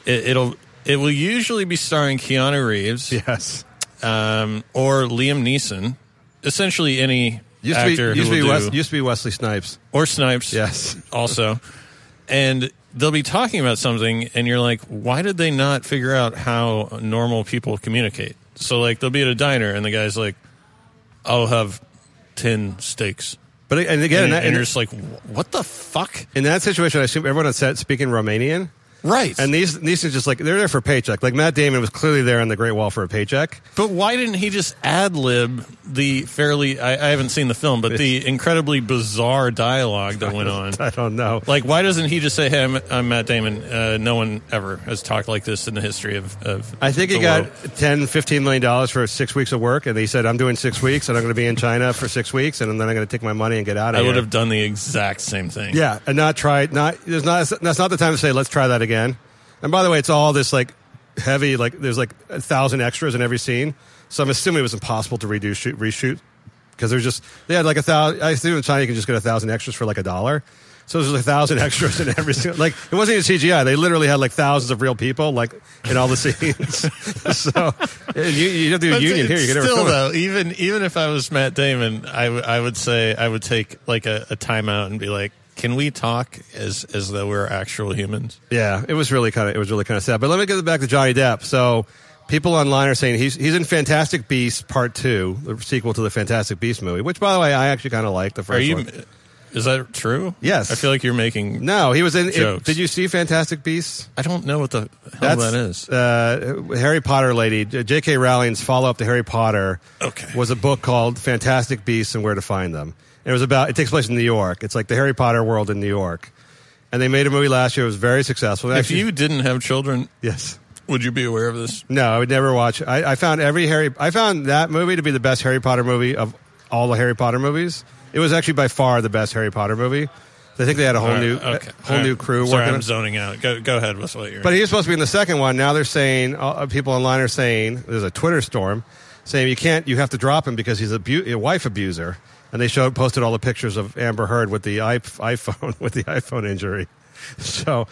it, it'll it will usually be starring Keanu Reeves
yes,
um, or Liam Neeson, essentially any
used to be
actor
used
who
to be,
will
Wes,
do-
used to be Wesley Snipes.
or Snipes.
Yes.
also. And they'll be talking about something, and you're like, why did they not figure out how normal people communicate? So, like, they'll be at a diner, and the guy's like, I'll have 10 steaks.
But it- and again,
and,
in that,
and you're
in,
just like, what the fuck?
in that situation, I assume everyone on set speaking Romanian.
Right.
And these these are just like they're there for paycheck. Like Matt Damon was clearly there on the Great Wall for a paycheck.
but why didn't he just ad lib the fairly, I, I haven't seen the film, but the incredibly bizarre dialogue that went on?
I don't know.
Like, why doesn't he just say, "Hey, I'm, I'm Matt Damon. Uh, no one ever has talked like this in the history of." of
I think he
the
got
world.
10, 15 million dollars for six weeks of work, and he said, "I'm doing six weeks, and I'm going to be in China for six weeks, and then I'm going to take my money and get out of
I
here."
would have done the exact same thing.
Yeah, and not try not. There's not. That's not the time to say let's try that again. And by the way, it's all this like heavy. Like there's like a thousand extras in every scene, so I'm assuming it was impossible to redo shoot, reshoot because there's just they had like a thousand. I assume in China you can just get a thousand extras for like a dollar. So there's a thousand extras in every single. Like it wasn't even CGI. They literally had like thousands of real people like in all the scenes. so and you, you have to do a
But
union
it's
here. You can never
still
film it.
though, even even if I was Matt Damon, I, w- I would say I would take like a, a timeout and be like, "Can we talk as as though we're actual humans?"
Yeah, it was really kind of it was really kind of sad. But let me get back to Johnny Depp. So people online are saying he's he's in Fantastic Beasts Part Two, the sequel to the Fantastic Beasts movie. Which, by the way, I actually kind of like the
Are
first
you?
one.
Is that true?
Yes.
I feel like you're making.
No, he was in.
Jokes.
did you see Fantastic Beasts?
I don't know what the hell that is.
Uh, Harry Potter lady, J- J.K. Rowling's follow up to Harry Potter
Okay.
was a book called Fantastic Beasts and Where to Find Them. And it was about, it takes place in New York. It's like the Harry Potter world in New York. And they made a movie last year. It was very successful.
if you didn't have children,
yes.
would you be aware of this?
No, I would never watch. I, I found every Harry. I found that movie to be the best Harry Potter movie of all the Harry Potter movies. It was actually by far the best Harry Potter movie. I think they had a whole
All right,
new,
Uh, okay.
whole
All
new
right.
crew
Sorry,
working.
I'm
on-
zoning out. Go, go ahead with what you're.
But he was supposed to be in the second one. Now they're saying uh, people online are saying there's a Twitter storm saying you can't, you have to drop him because he's a, bu- a wife abuser. And they showed posted all the pictures of Amber Heard with the iP- iPhone with the iPhone injury. So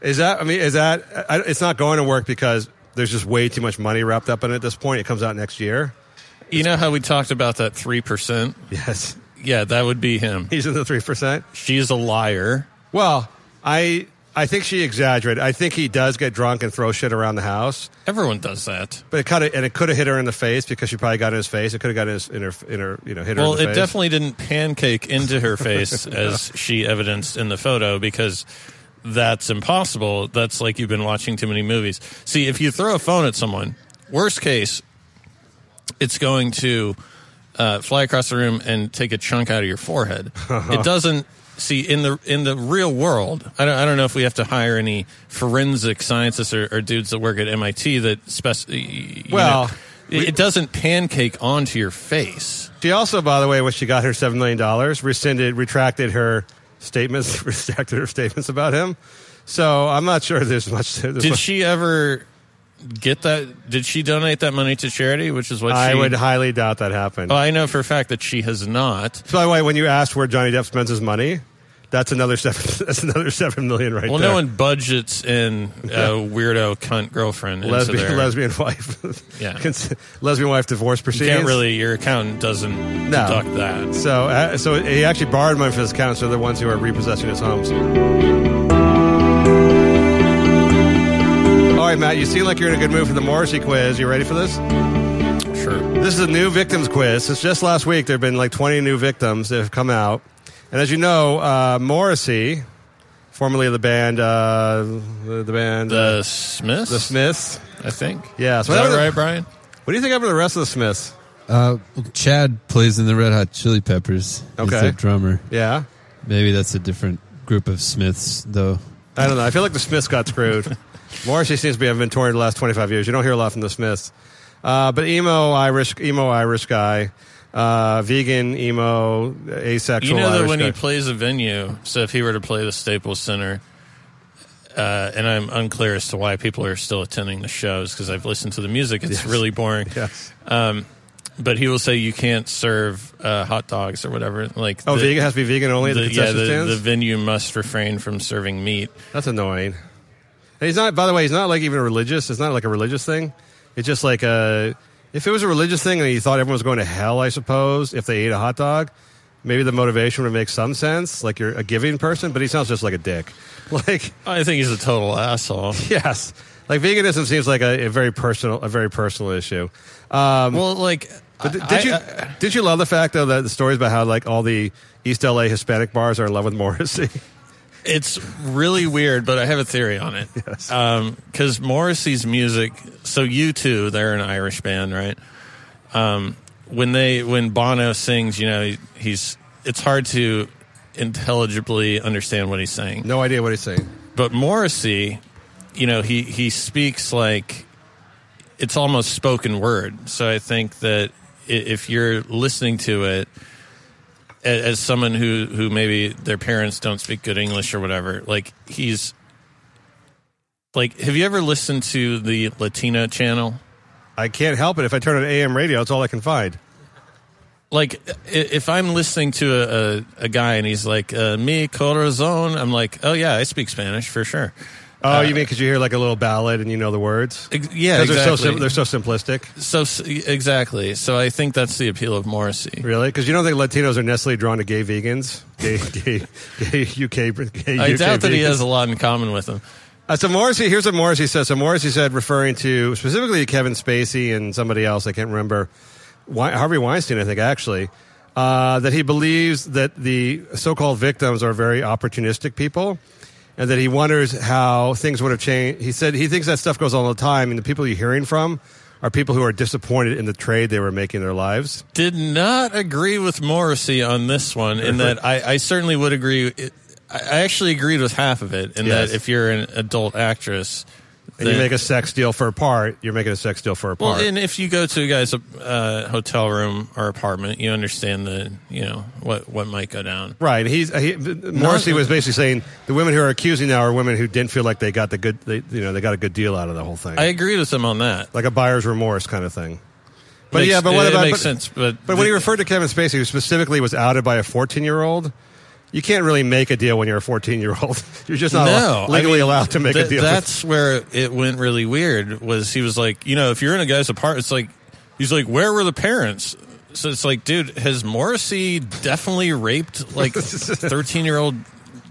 is that? I mean, is that? I, it's not going to work because there's just way too much money wrapped up in it at this point. It comes out next year.
you know how we talked about that three percent?
Yes,
Yeah, that would be him.
he's in the three percent.
She's a liar.
Well, I I think she exaggerated. I think he does get drunk and throw shit around the house.
Everyone does that.
But it kind of and it could have hit her in the face because she probably got in his face. It could have got in, his, in her in her you know hit her.
Well,
in the
it
face.
definitely didn't pancake into her face as she evidenced in the photo because that's impossible. That's like you've been watching too many movies. See, if you throw a phone at someone, worst case, it's going to uh, fly across the room and take a chunk out of your forehead. it doesn't. See in the in the real world, I don't, I don't know if we have to hire any forensic scientists or, or dudes that work at MIT that spec. you know,
Well,
it- it doesn't pancake onto your face.
She also, by the way, when she got her seven million dollars, rescinded, retracted her statements, retracted her statements about him. So I'm not sure there's much. There's
Did
much
she ever get that? Did she donate that money to charity? Which is what
I
she,
would highly doubt that happened.
Oh, I know for a fact that she has not.
so by the way, when you asked where Johnny Depp spends his money, that's another seven. That's another seven million right
Well,
there.
no one budgets in a weirdo cunt girlfriend. into
lesbian
their-
lesbian wife.
Yeah.
Cons- lesbian wife divorce
You
proceedings.
can't really. Your accountant doesn't
No.
deduct that.
So, uh, so he actually borrowed money from his accountants. They're the ones who are repossessing his homes. All right, Matt, you seem like you're in a good mood for the Morrissey quiz. You ready for this?
Sure.
This is a new victims quiz. Since just last week, there have been like 20 new victims that have come out. And as you know, uh, Morrissey, formerly of the band, uh, the, the band uh,
The Smiths.
The Smiths.
I think.
Yeah,
Is
so
that
whatever-
right, Brian?
What do you think happened to the rest of the Smiths?
Uh, Chad plays in the Red Hot Chili Peppers.
Okay.
He's their drummer.
Yeah.
Maybe that's a different group of Smiths, though.
I don't know. I feel like the Smiths got screwed. Morrissey seems to be having been touring the last 25 years. You don't hear a lot from the Smiths. Uh, but emo Irish, emo Irish guy, uh, vegan, emo, asexual.
You know that
Irish
when
guy.
he plays a venue, so if he were to play the Staples Center, uh, and I'm unclear as to why people are still attending the shows because I've listened to the music, it's really boring.
Yes.
Um, but he will say you can't serve uh, hot dogs or whatever. Like
Oh,
the-
vegan has to be vegan only at the,
the- yeah,
concession
the,
stands.
the venue must refrain from serving meat.
That's annoying. And he's not. By the way, he's not like even religious. It's not like a religious thing. It's just like a. If it was a religious thing and he thought everyone was going to hell, I suppose if they ate a hot dog, maybe the motivation would make some sense. Like you're a giving person, but he sounds just like a dick. Like.
I think he's a total asshole.
Yes. Like veganism seems like a, a very personal, a very personal issue. Um,
well, like,
but did,
I- uh,
did you
I-
did you love the fact though that the stories about how like all the East LA Hispanic bars are in love with Morrissey?
It's really weird, but I have a theory on it. Yes. Because Morrissey's music, so you two, they're an Irish band, right? Um, when they when Bono sings, you know, he, he's it's hard to intelligibly understand what he's saying.
no idea what he's saying.
But Morrissey, you know, he he speaks like it's almost spoken word. So I think that i- if you're listening to it a- as someone who who maybe their parents don't speak good English or whatever, like he's like have you ever listened to the Latino channel?
I can't help it if I turn on AM radio. It's all I can find.
like i- if I'm listening to a, a, a guy and he's like uh, "mi corazón," I'm like, "Oh yeah, I speak Spanish for sure."
Oh, you mean because you hear like a little ballad and you know the words?
Uh, Ex- yeah,
'Cause They're so,
exactly.
sim- they're so simplistic,
So s- e, exactly. So I think that's the appeal of Morrissey.
really. Because you don't think Latinos are necessarily drawn to gay vegans, gay, gay, gay UK, gay
I
UK
doubt that he
vegans?
has a lot in common with him.
Uh, so Morrissey, here's what Morrissey said. So Morrissey said, referring to specifically Kevin Spacey and somebody else, I can't remember, Wei- Harvey Weinstein, I think actually. uh, that he believes that the so-called victims are very opportunistic people, and that he wonders how things would have changed. He said he thinks that stuff goes on all the time, and the people you're hearing from are people who are disappointed in the trade they were making their lives.
Did not agree with Morrissey on this one, in that I, I certainly would agree. I I actually agreed with half of it, in
Yes.
that if you're an adult actress,
And you
then-
make a sex deal for a part, you're making a sex deal for a
Well,
part.
and if you go to a guy's uh, hotel room or apartment, you understand the you know what what might go down.
Right. He's he, Morrissey was basically saying the women who are accusing now are women who didn't feel like they got the good, they, you know, they got a good deal out of the whole thing,
I agree with him on that.
like a buyer's remorse kind of thing. But
Makes-
yeah, but what
it
about
makes
but,
sense? But
but when he referred to Kevin Spacey, who specifically was outed by a 14 year old, you can't really make a deal when you're a 14 year old. You're just not
no,
allo- legally
I mean,
allowed to make
th-
a deal.
That's where it went really weird. Was he was like, you know, if you're in a guy's apartment, it's like he's like, where were the parents? So it's like, dude, has Morrissey definitely raped like 13 year old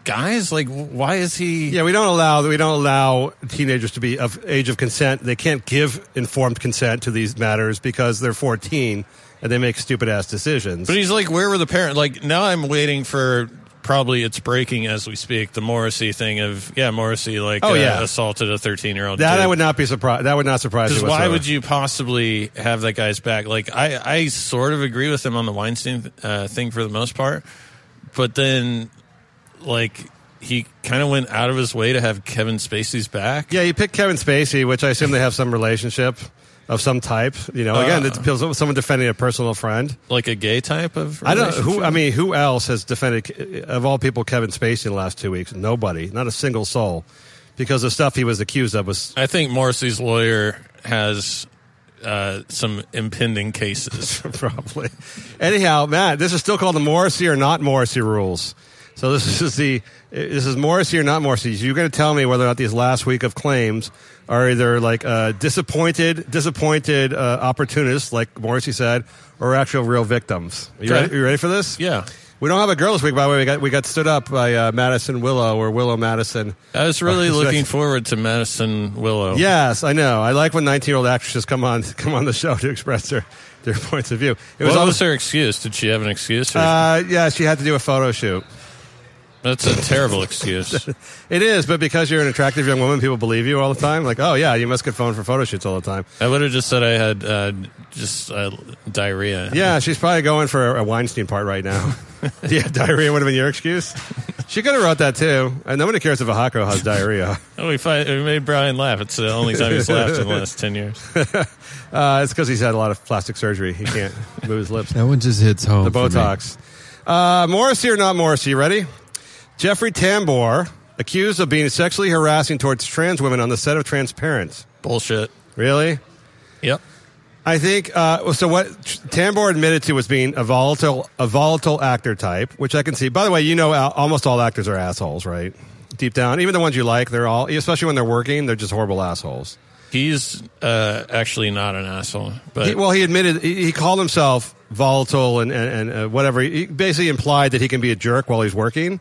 guys? Like, wh- why is he?
yeah, we don't allow we don't allow teenagers to be of age of consent. They can't give informed consent to these matters because they're 14 and they make stupid ass decisions.
But he's like, where were the parents? Like now, I'm waiting for probably it's breaking as we speak. The Morrissey thing of yeah, Morrissey like
Oh,
uh,
yeah.
assaulted a 13 year old.
That I would not be surprised. That would not surprise me.
Because why
whatsoever.
would you possibly have that guy's back? Like I, I sort of agree with him on the Weinstein uh, thing for the most part, but then like he kind of went out of his way to have Kevin Spacey's back.
Yeah, you pick Kevin Spacey, which I assume they have some relationship of some type. You know, again,
Uh.
it feels like someone defending a personal friend.
Like a gay type of.
I don't who.
relationship?
I mean, who else has defended of all people Kevin Spacey in the last two weeks? Nobody, not a single soul, because the stuff he was accused of was.
I think Morrissey's lawyer has uh, some impending cases.
Probably. Anyhow, Matt, this is still called the Morrissey or not Morrissey rules. So this is the this is Morrissey or not Morrissey. You're going to tell me whether or not these last week of claims are either like uh, disappointed disappointed uh, opportunists, like Morrissey said, or actual real victims. You,
Okay.
ready, you ready for this?
Yeah.
We don't have a girl this week, by the way. We got we got stood up by uh, Madison Willow or Willow Madison.
I was really
It's
looking
like-
forward to Madison Willow.
Yes, I know. I like when 19 year old actresses come on come on the show to express their their points of view. It
What
almost-
was her excuse? Did she have an excuse? Or-
Uh, yeah, she had to do a photo shoot.
That's a terrible excuse.
It is, but because you're an attractive young woman, people believe you all the time. Like, oh yeah, you must get phoned for photo shoots all the time.
I would have just said I had uh, just uh, diarrhea.
Yeah, she's probably going for a Weinstein part right now. yeah, diarrhea would have been your excuse. She could have wrote that too. And nobody cares if a hot girl has diarrhea.
Oh, we, fi- we made Brian laugh. It's the only time he's laughed in the last 10 years.
Uh, it's because he's had a lot of plastic surgery. He can't move his lips.
That one just hits home.
The
for me.
Botox. Uh, Morrissey or not Morrissey? You Ready? Jeffrey Tambor accused of being sexually harassing towards trans women on the set of Transparent.
Bullshit.
Really?
Yep.
I think uh, so. What Tambor admitted to was being a volatile, a volatile actor type, which I can see. By the way, you know, al- almost all actors are assholes, right? Deep down, even the ones you like, they're all, especially when they're working, they're just horrible assholes.
He's uh, actually not an asshole. But
He, well, he admitted he, he called himself volatile and and, and uh, whatever. He basically implied that he can be a jerk while he's working,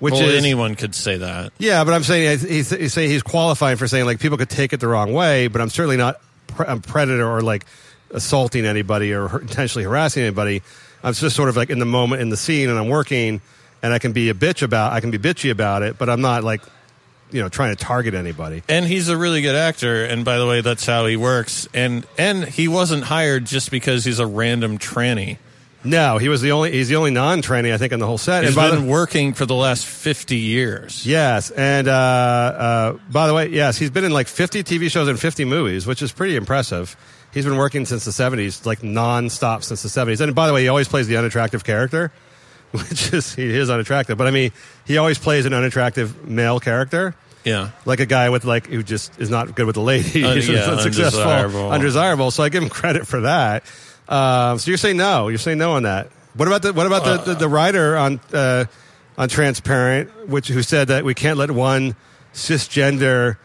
which
well,
is
anyone could say that.
Yeah, but I'm saying he's, he's saying he's qualifying for saying like people could take it the wrong way, but I'm certainly not pre- a predator or like assaulting anybody or har- intentionally harassing anybody. I'm just sort of like in the moment in the scene, and I'm working, and I can be a bitch about I can be bitchy about it, but I'm not like you know trying to target anybody.
And he's a really good actor. And by the way, that's how he works. And and he wasn't hired just because he's a random tranny.
No, he was the only he's the only non tranny I think in the whole set.
He's
and by the-
been working for the last 50 years.
Yes, and uh, uh, by the way, yes, he's been in like 50 TV shows and 50 movies, which is pretty impressive. He's been working since the 70s, like non-stop since the 70s. And by the way, he always plays the unattractive character, which is he is unattractive, but I mean, he always plays an unattractive male character.
Yeah.
Like a guy with like who just is not good with the ladies,
Uh,
He's
yeah,
unsuccessful,
undesirable.
undesirable. So I give him credit for that. Um, so you're saying no, you're saying no on that. What about the what about
Uh,
the, the, the writer on uh, on Transparent, which who said that we can't let one cisgender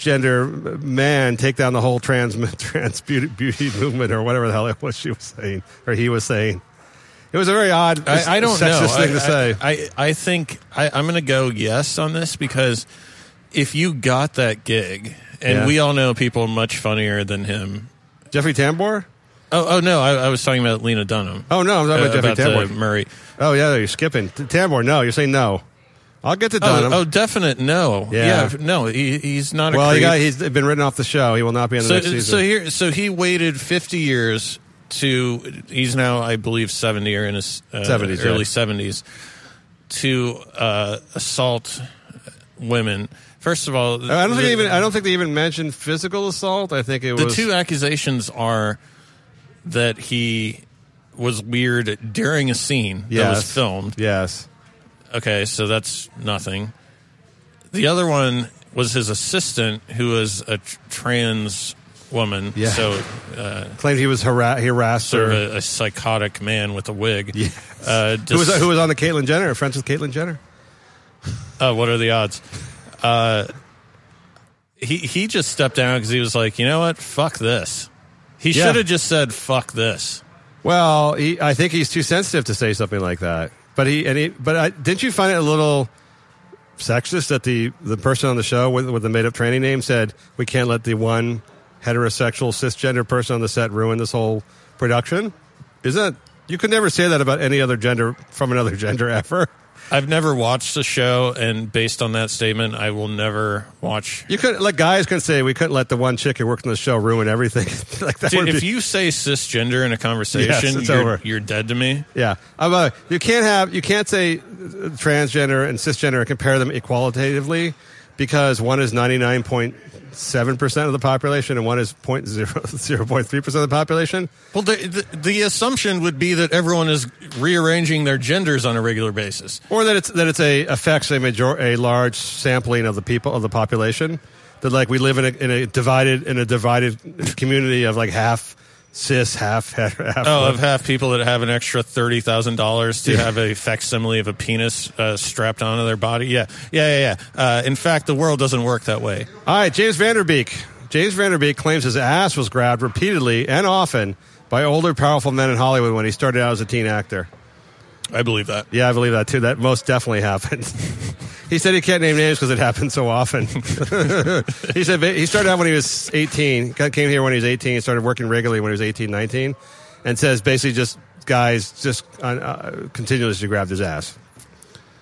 cisgender man take down the whole trans trans beauty, beauty movement or whatever the hell it was she was saying or he was saying. It was a very odd,
I, I don't
sexist
know.
thing
I,
to say.
I, I, I think I, I'm going to go yes on this because if you got that gig, and
Yeah.
we all know people much funnier than him,
Jeffrey Tambor.
Oh, oh no, I, I was talking about Lena Dunham.
Oh no, I'm talking about
Uh,
Jeffrey
about, uh,
Tambor.
Murray.
Oh yeah, you're skipping T- Tambor. No, you're saying no. I'll get to Dunham.
Oh, oh, definite no.
Yeah.
Yeah, no, he, he's not. A
well, he
creep.
got, he's been written off the show. He will not be on the
so, uh,
next season.
so here, so he waited fifty years to. He's now, I believe, seventy or in his uh,
70s, yeah.
early seventies, to uh, assault women. First of all,
I don't think they even I don't think they even mentioned physical assault. I think it
the
was
two accusations are that he was weird during a scene that was
Yes.
filmed.
Yes.
Okay, so that's nothing. The other one was his assistant, who was a tr- trans woman.
Yeah.
So, uh,
Claimed he was hara- he harassed
sort
her.
of a, a psychotic man with a wig.
Yes.
Uh,
who was
dis-
who was on the Caitlyn Jenner? Friends with Caitlyn Jenner.
uh, what are the odds? Uh, he he just stepped down because he was like, you know what? Fuck this. He
Yeah.
should have just said fuck this.
Well, he, I think he's too sensitive to say something like that. But he and he, but I, didn't you find it a little sexist that the the person on the show with with the made up tranny name said we can't let the one heterosexual cisgender person on the set ruin this whole production? Is that you could never say that about any other gender from another gender ever?
I've never watched the show, and based on that statement, I will never watch.
You could like guys could say we couldn't let the one chick who worked on the show ruin everything. like that
Dude,
would
if
be-
you say cisgender in a conversation,
Yes, it's
you're,
over.
you're dead to me.
Yeah, I'm, uh, you can't have you can't say uh, transgender and cisgender and compare them equalitatively because one is 99.7 percent of the population and one is 0.03 percent of the population.
Well, the, the, the assumption would be that everyone is rearranging their genders on a regular basis.
or that it's that it's a affects a major a large sampling of the people of the population that like we live in a, in a divided in a divided community of like half cis half het- half
Oh, I've had people that have an extra thirty thousand dollars to have a facsimile of a penis uh, strapped onto their body. Yeah, yeah, yeah. yeah. Uh, in fact, the world doesn't work that way.
All right, James Vanderbeek. James Vanderbeek claims his ass was grabbed repeatedly and often by older, powerful men in Hollywood when he started out as a teen actor.
I believe that.
Yeah, I believe that too. That most definitely happened. he said he can't name names because it happened so often. he said he started out when he was 18, got- came here when he was 18, started working regularly when he was 18, 19, and says basically just guys just uh, uh, continuously grabbed his ass.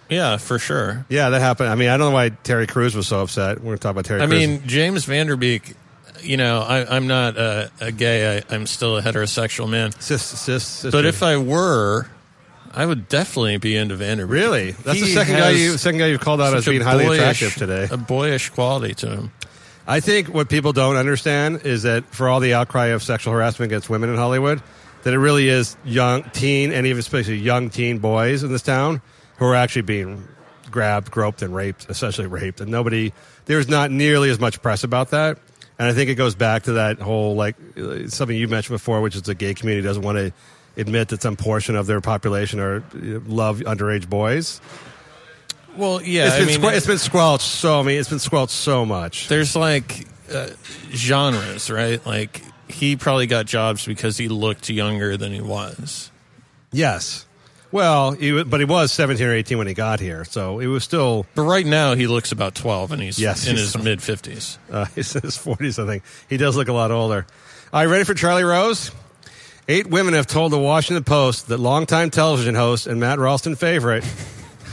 Yeah, for sure.
Yeah, that happened. I mean, I don't know why Terry Crews was so upset. We're going to talk about Terry
I
Crews.
mean, James Vanderbeek. You know, I, I'm not a, a gay. I, I'm still a heterosexual man.
cis, cis, cis-
But if uh, I were, I would definitely be into Vanderbeek.
Really? That's the
He
second guy
has
you second guy you've called out as
such a
being highly
boyish- um,
attractive today.
A boyish quality to him.
I think what people don't understand is that for all the outcry of sexual harassment against women in Hollywood, that it really is young teen and even especially young teen boys in this town who are actually being grabbed, groped, and raped, essentially raped, and nobody there's not nearly as much press about that. And I think it goes back to that whole like uh, something you mentioned before, which is the gay community doesn't want to admit that some portion of their population are uh, love underage boys.
Well, yeah.
it's
I
been
mean,
squel- it's been squelched so I mean it's been squelched so much.
there's like uh, genres, right? Like he probably got jobs because he looked younger than he was.
Yes. Well, he, wa- but he was 17 or 18 when he got here, so it was still
But right now, he looks about 12 and he's
Yes,
in
he's-
his mid 50s.
uh, he's in his 40s, I think. He does look a lot older. Are you ready for Charlie Rose? Eight women have told the Washington Post that longtime television host and Matt Ralston favorite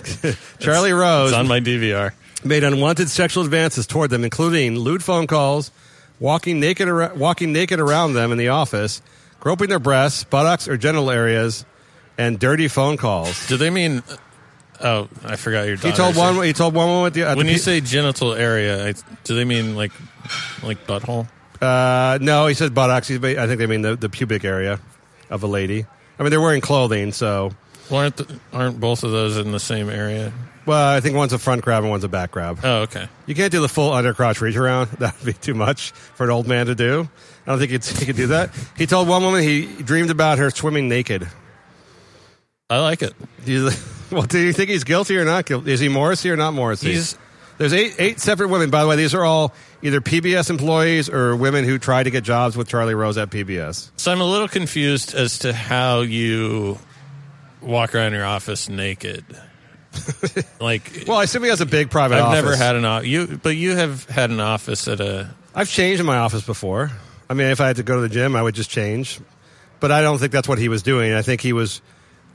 Charlie Rose
It's on my DVR.
made unwanted sexual advances toward them, including lewd phone calls, walking naked, ar- walking naked around them in the office, groping their breasts, buttocks, or genital areas, and dirty phone calls.
Do they mean. Oh, I forgot your daughter.
He told one. He told one woman at the. At
When
the
you
pe-
say genital area, I, do they mean like like butthole?
Uh, no, he said buttocks. He's, I think they mean the, the pubic area of a lady. I mean, they're wearing clothing, so.
Well, aren't the, aren't both of those in the same area?
Well, I think one's a front grab and one's a back grab.
Oh, okay.
You can't do the full undercrotch reach around. That would be too much for an old man to do. I don't think he'd, he could do that. He told one woman he dreamed about her swimming naked.
I like it.
Do you, well, do you think he's guilty or not guilty? Is he Morrissey or not Morrissey?
He's-
There's eight, eight separate women. By the way, these are all either PBS employees or women who tried to get jobs with Charlie Rose at PBS.
So I'm a little confused as to how you walk around your office naked. like,
Well, I assume he has a big private
I've
office.
never had an office. You, but you have had an office at a.
I've changed in my office before. I mean, if I had to go to the gym, I would just change. But I don't think that's what he was doing. I think he was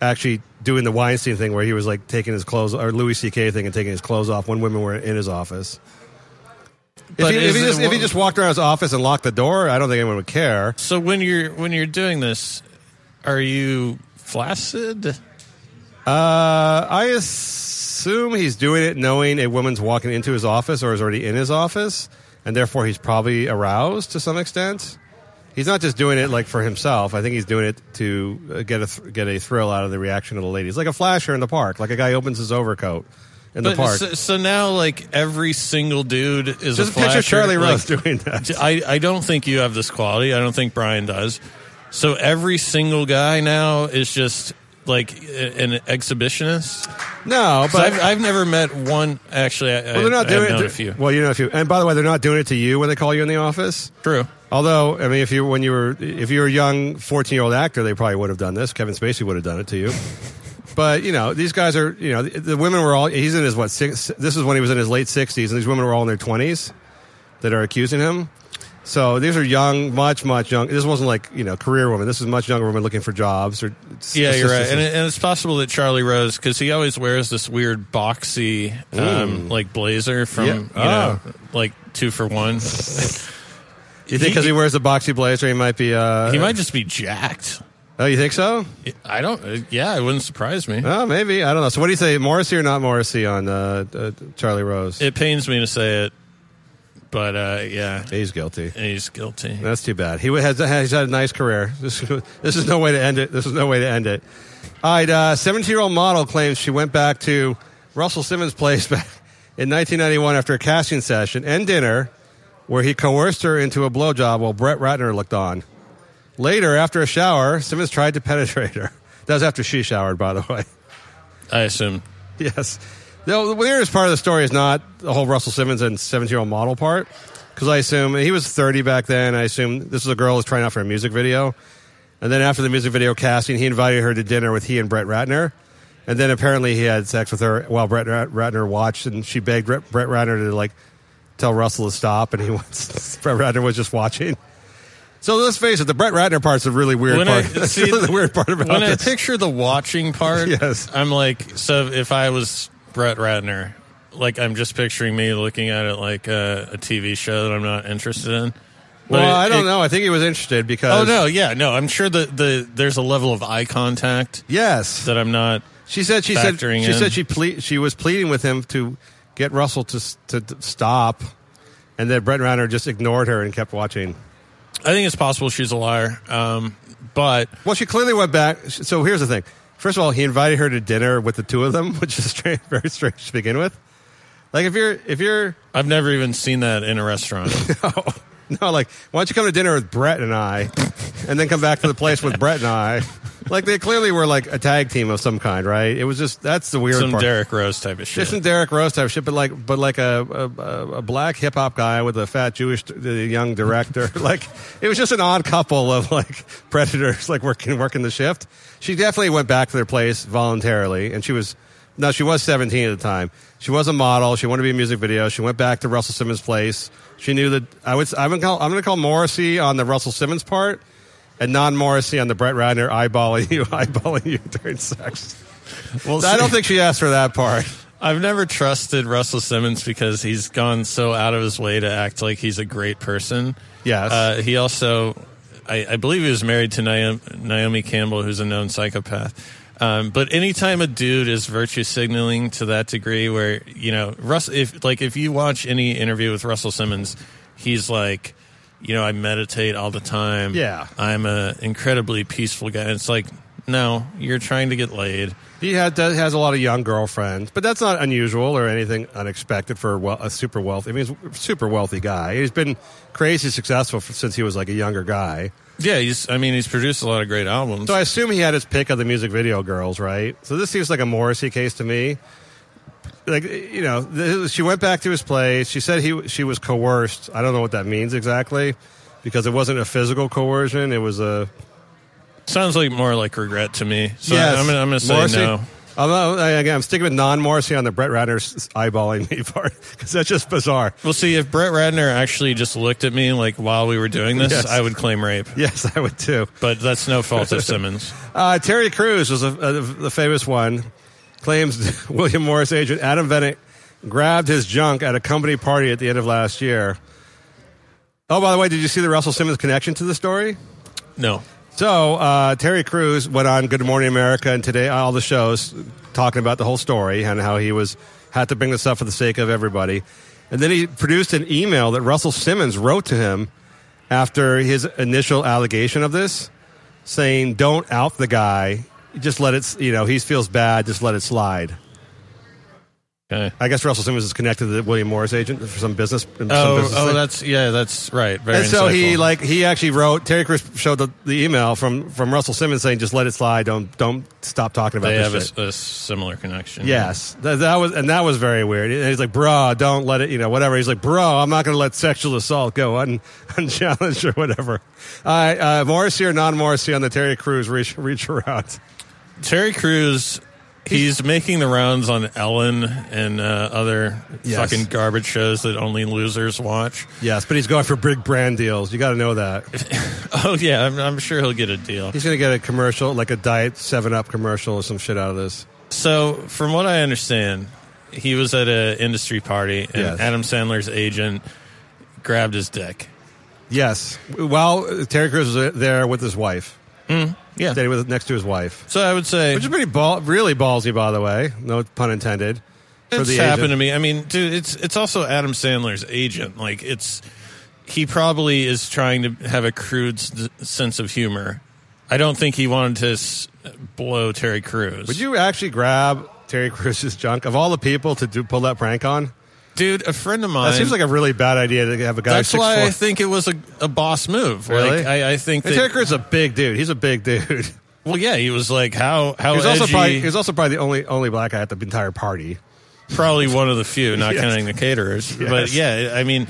actually doing the Weinstein thing where he was like taking his clothes or Louis C.K. thing and taking his clothes off when women were in his office. If
But
he, if,
is
he
it-
just, if he just walked around his office and locked the door, I don't think anyone would care.
So when you're when you're doing this, are you flaccid?
Uh, I assume he's doing it knowing a woman's walking into his office or is already in his office, and therefore he's probably aroused to some extent. He's not just doing it like for himself. I think he's doing it to uh, get a th- get a thrill out of the reaction of the ladies, like a flasher in the park, like a guy opens his overcoat in the
But uh,
park.
So, so now, like every single dude is
Just
a
picture
flasher.
Charlie
Like,
Rose doing that.
I I don't think you have this quality. I don't think Brian does. So every single guy now is just like a- an exhibitionist.
No,
'Cause
but
I've, I've never met one. Actually, I,
well, they're not
I,
doing
I've known
it.
a few.
Well, you know a few. And by the way, they're not doing it to you when they call you in the office.
True.
Although, I mean, if you when you were if you were a young fourteen year old actor, they probably would have done this. Kevin Spacey would have done it to you. but you know, these guys are you know the, the women were all he's in his what six, this is when he was in his late sixties, and these women were all in their twenties that are accusing him. So these are young, much much young. This wasn't like you know career women. This is much younger women looking for jobs or
Yeah, you're right,
assistance.
and, it, and it's possible that Charlie Rose, because he always wears this weird boxy um, like blazer from
Yeah.
you know
Oh.
like two for one.
you think because he, wears a boxy blazer, he might be uh,
he might just be jacked.
Oh, you think so?
I don't. uh, Yeah, it wouldn't surprise me.
Oh, maybe I don't know. So what do you say, Morrissey or not Morrissey on uh, uh, Charlie Rose?
It pains me to say it, but uh, yeah,
He's guilty.
he's guilty.
That's too bad. He has he's had a nice career. This, this is no way to end it. This is no way to end it. All right, uh, seventeen-year-old model claims she went back to Russell Simmons' place back in 1991 after a casting session and dinner, where he coerced her into a blowjob while Brett Ratner looked on. Later, after a shower, Simmons tried to penetrate her. That was after she showered, by the way.
I assume.
Yes. The, the weirdest part of the story is not the whole Russell Simmons and 17 year old model part, because I assume he was 30 back then. I assume this is a girl who's trying out for a music video. And then after the music video casting, he invited her to dinner with he and Brett Ratner. And then apparently he had sex with her while Brett Rat- Ratner watched, and she begged Brett Brett Ratner to like tell Russell to stop, and he was Brett Ratner was just watching. So let's face it, the Brett Ratner part's a really weird
When I-
part. That's
see,
really the weird part about
When I
this.
picture the watching part,
Yes.
I'm like, so if I was Brett Ratner, like I'm just picturing me looking at it like uh, a TV show that I'm not interested in. But
well,
it-
I don't
it-
know. I think he was interested
Oh
because
no, yeah, no. I'm sure that the there's a level of eye contact
yes,
that I'm not.
She said she said
factoring
she
in.
said she ple- she was pleading with him to get Russell to s- to, to stop, and then Brett Ratner just ignored her and kept watching.
I think it's possible she's a liar, um, but
Well, she clearly went back. So here's the thing. First of all, he invited her to dinner with the two of them, which is strange, very strange to begin with. Like if you're if you're
I've never even seen that in a restaurant.
no no like why don't you come to dinner with Brett and I, and then come back to the place with Brett and I. Like they clearly were like a tag team of some kind, right? It was just that's the weird
Some
part.
Derek Rose type of shit.
Just some Derek Rose type shit, but like, but like a a, a- a black hip hop guy with a fat Jewish uh, young director. like, it was just an odd couple of like predators, like working working the shift. She definitely went back to their place voluntarily, and she was no, she was seventeen at the time. She was a model. She wanted to be a music video. She went back to Russell Simmons' place. She knew that I would. I'm gonna call, I'm gonna call Morrissey on the Russell Simmons part, and non Morrissey on the Brett Ratner eyeballing you, eyeballing you during sex.
Well,
I don't
see,
think she asked for that part.
I've never trusted Russell Simmons because he's gone so out of his way to act like he's a great person.
Yes.
Uh, he also, I, I believe, he was married to Naomi, Naomi Campbell, who's a known psychopath. Um, but anytime a dude is virtue signaling to that degree, where you know, Russ, if like if you watch any interview with Russell Simmons, he's like, you know, I meditate all the time.
Yeah.
I'm a incredibly peaceful guy. It's like, no, you're trying to get laid.
He had, does, has a lot of young girlfriends, but that's not unusual or anything unexpected for a, wel- a super wealthy. I mean, he's a super wealthy guy. He's been crazy successful f since he was like a younger guy.
Yeah, he's. I mean, he's produced a lot of great albums.
So I assume he had his pick of the music video girls, right? So this seems like a Morrissey case to me. Like you know, th she went back to his place. She said he she was coerced. I don't know what that means exactly because it wasn't a physical coercion. It was a
Sounds like more like regret to me. So
Yes.
I'm, gonna- I'm going to say
Morrissey?
no.
Although, I- again, I'm sticking with non Morrissey on the Brett Ratner's eyeballing me part because that's just bizarre.
Well, see, if Brett Radner actually just looked at me like while we were doing this,
Yes.
I would claim rape.
Yes, I would too.
But that's no fault of Simmons.
Uh, Terry Crews was a, a, the famous one. Claims William Morris agent Adam Bennett grabbed his junk at a company party at the end of last year. Oh, by the way, did you see the Russell Simmons connection to the story?
No.
So uh, Terry Crews went on Good Morning America and today all the shows talking about the whole story and how he was had to bring this up for the sake of everybody. And then he produced an email that Russell Simmons wrote to him after his initial allegation of this, saying, "Don't out the guy. Just let it. s- You know, he feels bad. Just let it slide."
Okay.
I guess Russell Simmons is connected to the William Morris agent for some business. some
Oh,
business
oh,
thing
that's yeah, that's right. Very
and so he
insightful.
like he actually wrote Terry Chris showed the, the email from from Russell Simmons saying just let it slide don't don't stop talking about
they
this
have a,
shit.
s- a similar connection.
yes that, that was and that was very weird and he's like bro don't let it you know whatever he's like bro I'm not gonna let sexual assault go un, unchallenged or whatever uh, uh, Morrissey or non Morrissey on the Terry Crews reach reach around
Terry Crews, he's making the rounds on Ellen and uh, other
Yes.
fucking garbage shows that only losers watch.
yes but he's going for big brand deals you got to know that
Oh yeah, I'm, I'm sure he'll get a deal.
he's gonna get a commercial like a Diet Seven Up commercial or some shit out of this
So, from what I understand, he was at an industry party, and
Yes.
Adam Sandler's agent grabbed his dick.
yes well Terry Crews was there with his wife.
Mm, Yeah.
Standing with next to his wife.
So I would say
Which is pretty ball, really ballsy, by the way. No pun intended.
it's
the
happened
agent.
to me. I mean, dude, it's it's also Adam Sandler's agent. Like, it's he probably is trying to have a crude s- sense of humor. I don't think he wanted to s- blow Terry Crews.
Would you actually grab Terry Crews' junk of all the people to do pull that prank on?
dude? A friend of mine.
That seems like a really bad idea to have a guy.
that's
six
why
four.
I think it was a, a boss move.
Really?
Like, I, I think
And Terry
that.
Crews is a big dude. He's a big dude. He was
Well, yeah, he was like, how how
also
Oh, edgy-
probably he was also probably the only only black guy at the entire party.
probably one of the few, not
Yes.
counting the caterers.
Yes.
But yeah, I mean,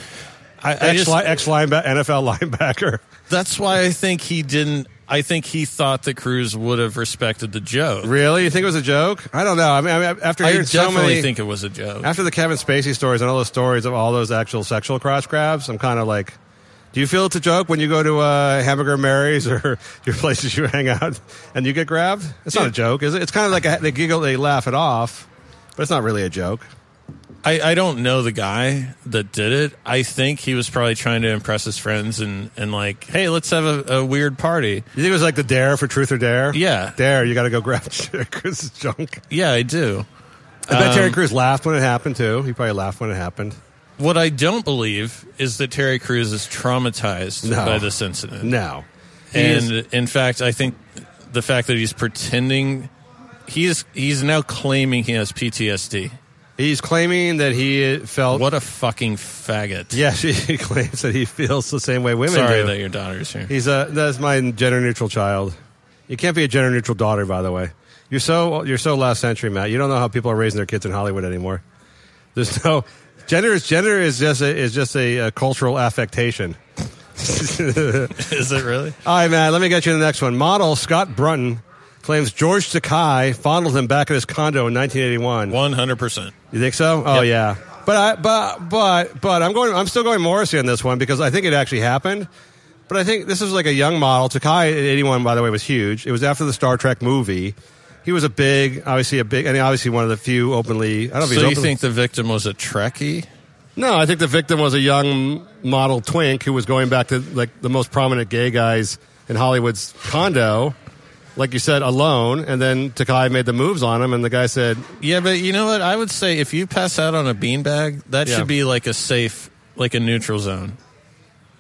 I, I
Ex
just
ex linebacker, NFL linebacker.
that's why I think he didn't. I think he thought that Cruz would have respected the joke.
Really? You think it was a joke? I don't know. I mean, I mean after
I
hearing
definitely
so many,
think it was a joke.
After the Kevin Spacey stories and all those stories of all those actual sexual cross grabs, I'm kind of like, do you feel it's a joke when you go to uh, Hamburger Mary's or your places you hang out and you get grabbed? It's not a joke, is it? It's kind of like a, they giggle, they laugh it off, but it's not really a joke.
I, I don't know the guy that did it. I think he was probably trying to impress his friends and, and like, hey, let's have a, a weird party.
You think it was like the dare for truth or dare?
Yeah.
dare. You got to go grab Cruz's junk.
Yeah, I do.
I
Um,
bet Terry Crews laughed when it happened too. He probably laughed when it happened.
What I don't believe is that Terry Crews is traumatized
No.
by this incident.
No, He
and
is-
in fact, I think the fact that he's pretending he is he's now claiming he has PTSD.
he's claiming that he felt.
What a fucking faggot!
Yeah, he claims that he feels the same way women
sorry
do.
that your daughter's here.
He's a that's my gender neutral child. You can't be a gender neutral daughter, by the way. You're so you're so last century, Matt. You don't know how people are raising their kids in Hollywood anymore. There's no gender. is Gender is just a, is just a, uh cultural affectation.
is it really?
All right, Matt. Let me get you the next one. Model Scott Brunton claims George Sakai fondled him back at his condo in 1981.
One hundred percent.
You think so? Oh yeah. But I but but but I'm going I'm still going Morrissey on this one because I think it actually happened. But I think this is like a young model. Takai at 81 by the way was huge. It was after the Star Trek movie. He was a big, obviously a big, and obviously one of the few openly. I don't know if he's
So you
open-
think the victim was a Trekkie?
No, I think the victim was a young model twink who was going back to like the most prominent gay guys in Hollywood's condo, like you said, alone. And then Takai made the moves on him, and the guy said,
Yeah, but you know what? I would say if you pass out on a beanbag, that
Yeah.
should be like a safe, like a neutral zone.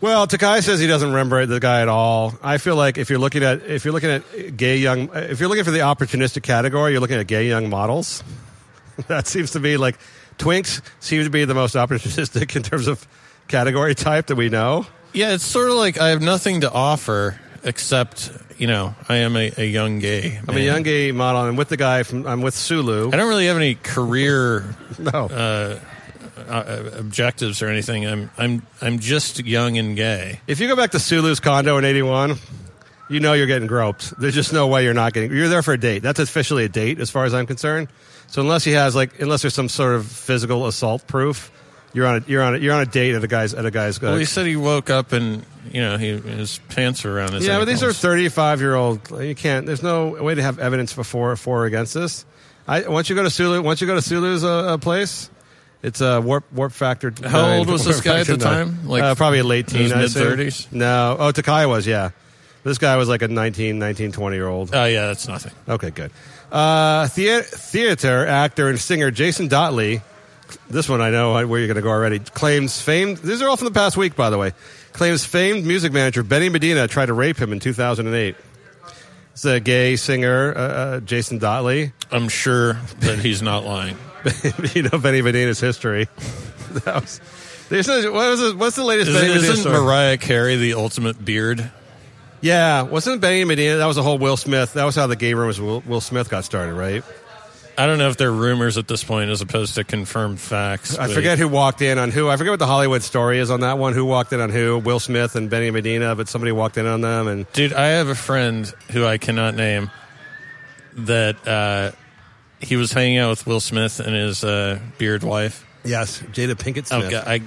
Well, Takai says he doesn't remember the guy at all. I feel like if you're looking at if you're looking at gay young if you're looking for the opportunistic category, you're looking at gay young models. that seems to be like twinks seem to be the most opportunistic in terms of category type that we know.
Yeah, it's sort of like I have nothing to offer except you know I am a, a young gay.
I'm a young gay model. I'm with the guy from I'm with Sulu.
I don't really have any career uh,
No.
objectives or anything. I'm I'm I'm just young and gay.
if you go back to Sulu's condo in '81, you know you're getting groped. There's just no way you're not getting. You're there for a date. That's officially a date, as far as I'm concerned. So unless he has like, unless there's some sort of physical assault proof, you're on a you're on a, you're on a date at a guy's at a guy's. uh,
Well, he said he woke up and you know he, his pants are around his.
yeah, but these are
ankles.
35 year old. You can't. There's no way to have evidence before for or against this. I once you go to Sulu, once you go to Sulu's uh, uh, place, it's a warp warp factor.
How
nine,
old was
warp
this guy at
factor
the
nine.
time? Like,
uh, probably a late
in his
teen, I assume.
mid-thirties?
No, oh Takai was yeah. This guy was like a 19, 19, 20 year old.
Oh yeah, that's nothing.
Okay, good. Uh, thea- theater actor and singer Jason Dotley. This one I know where you're going to go already. Claims famed. These are all from the past week, by the way. Claims famed music manager Benny Medina tried to rape him in 2008. It's a gay singer, uh, uh, Jason Dotley.
I'm sure that he's not lying.
you know Benny Medina's history. that was, there's no, what was the, what's the latest
Isn't,
Benny Medina
isn't
story?
Mariah Carey the ultimate beard?
yeah, wasn't Benny Medina? That was the whole Will Smith. That was how the gay rumors Will, Will Smith got started, right?
I don't know if they're rumors at this point as opposed to confirmed facts.
I
but-
forget who walked in on who. I forget what the Hollywood story is on that one. Who walked in on who? Will Smith and Benny Medina, but somebody walked in on them. And
Dude, I have a friend who I cannot name that uh, he was hanging out with Will Smith and his uh, beard wife.
yes, Jada Pinkett Smith.
Oh, God, I,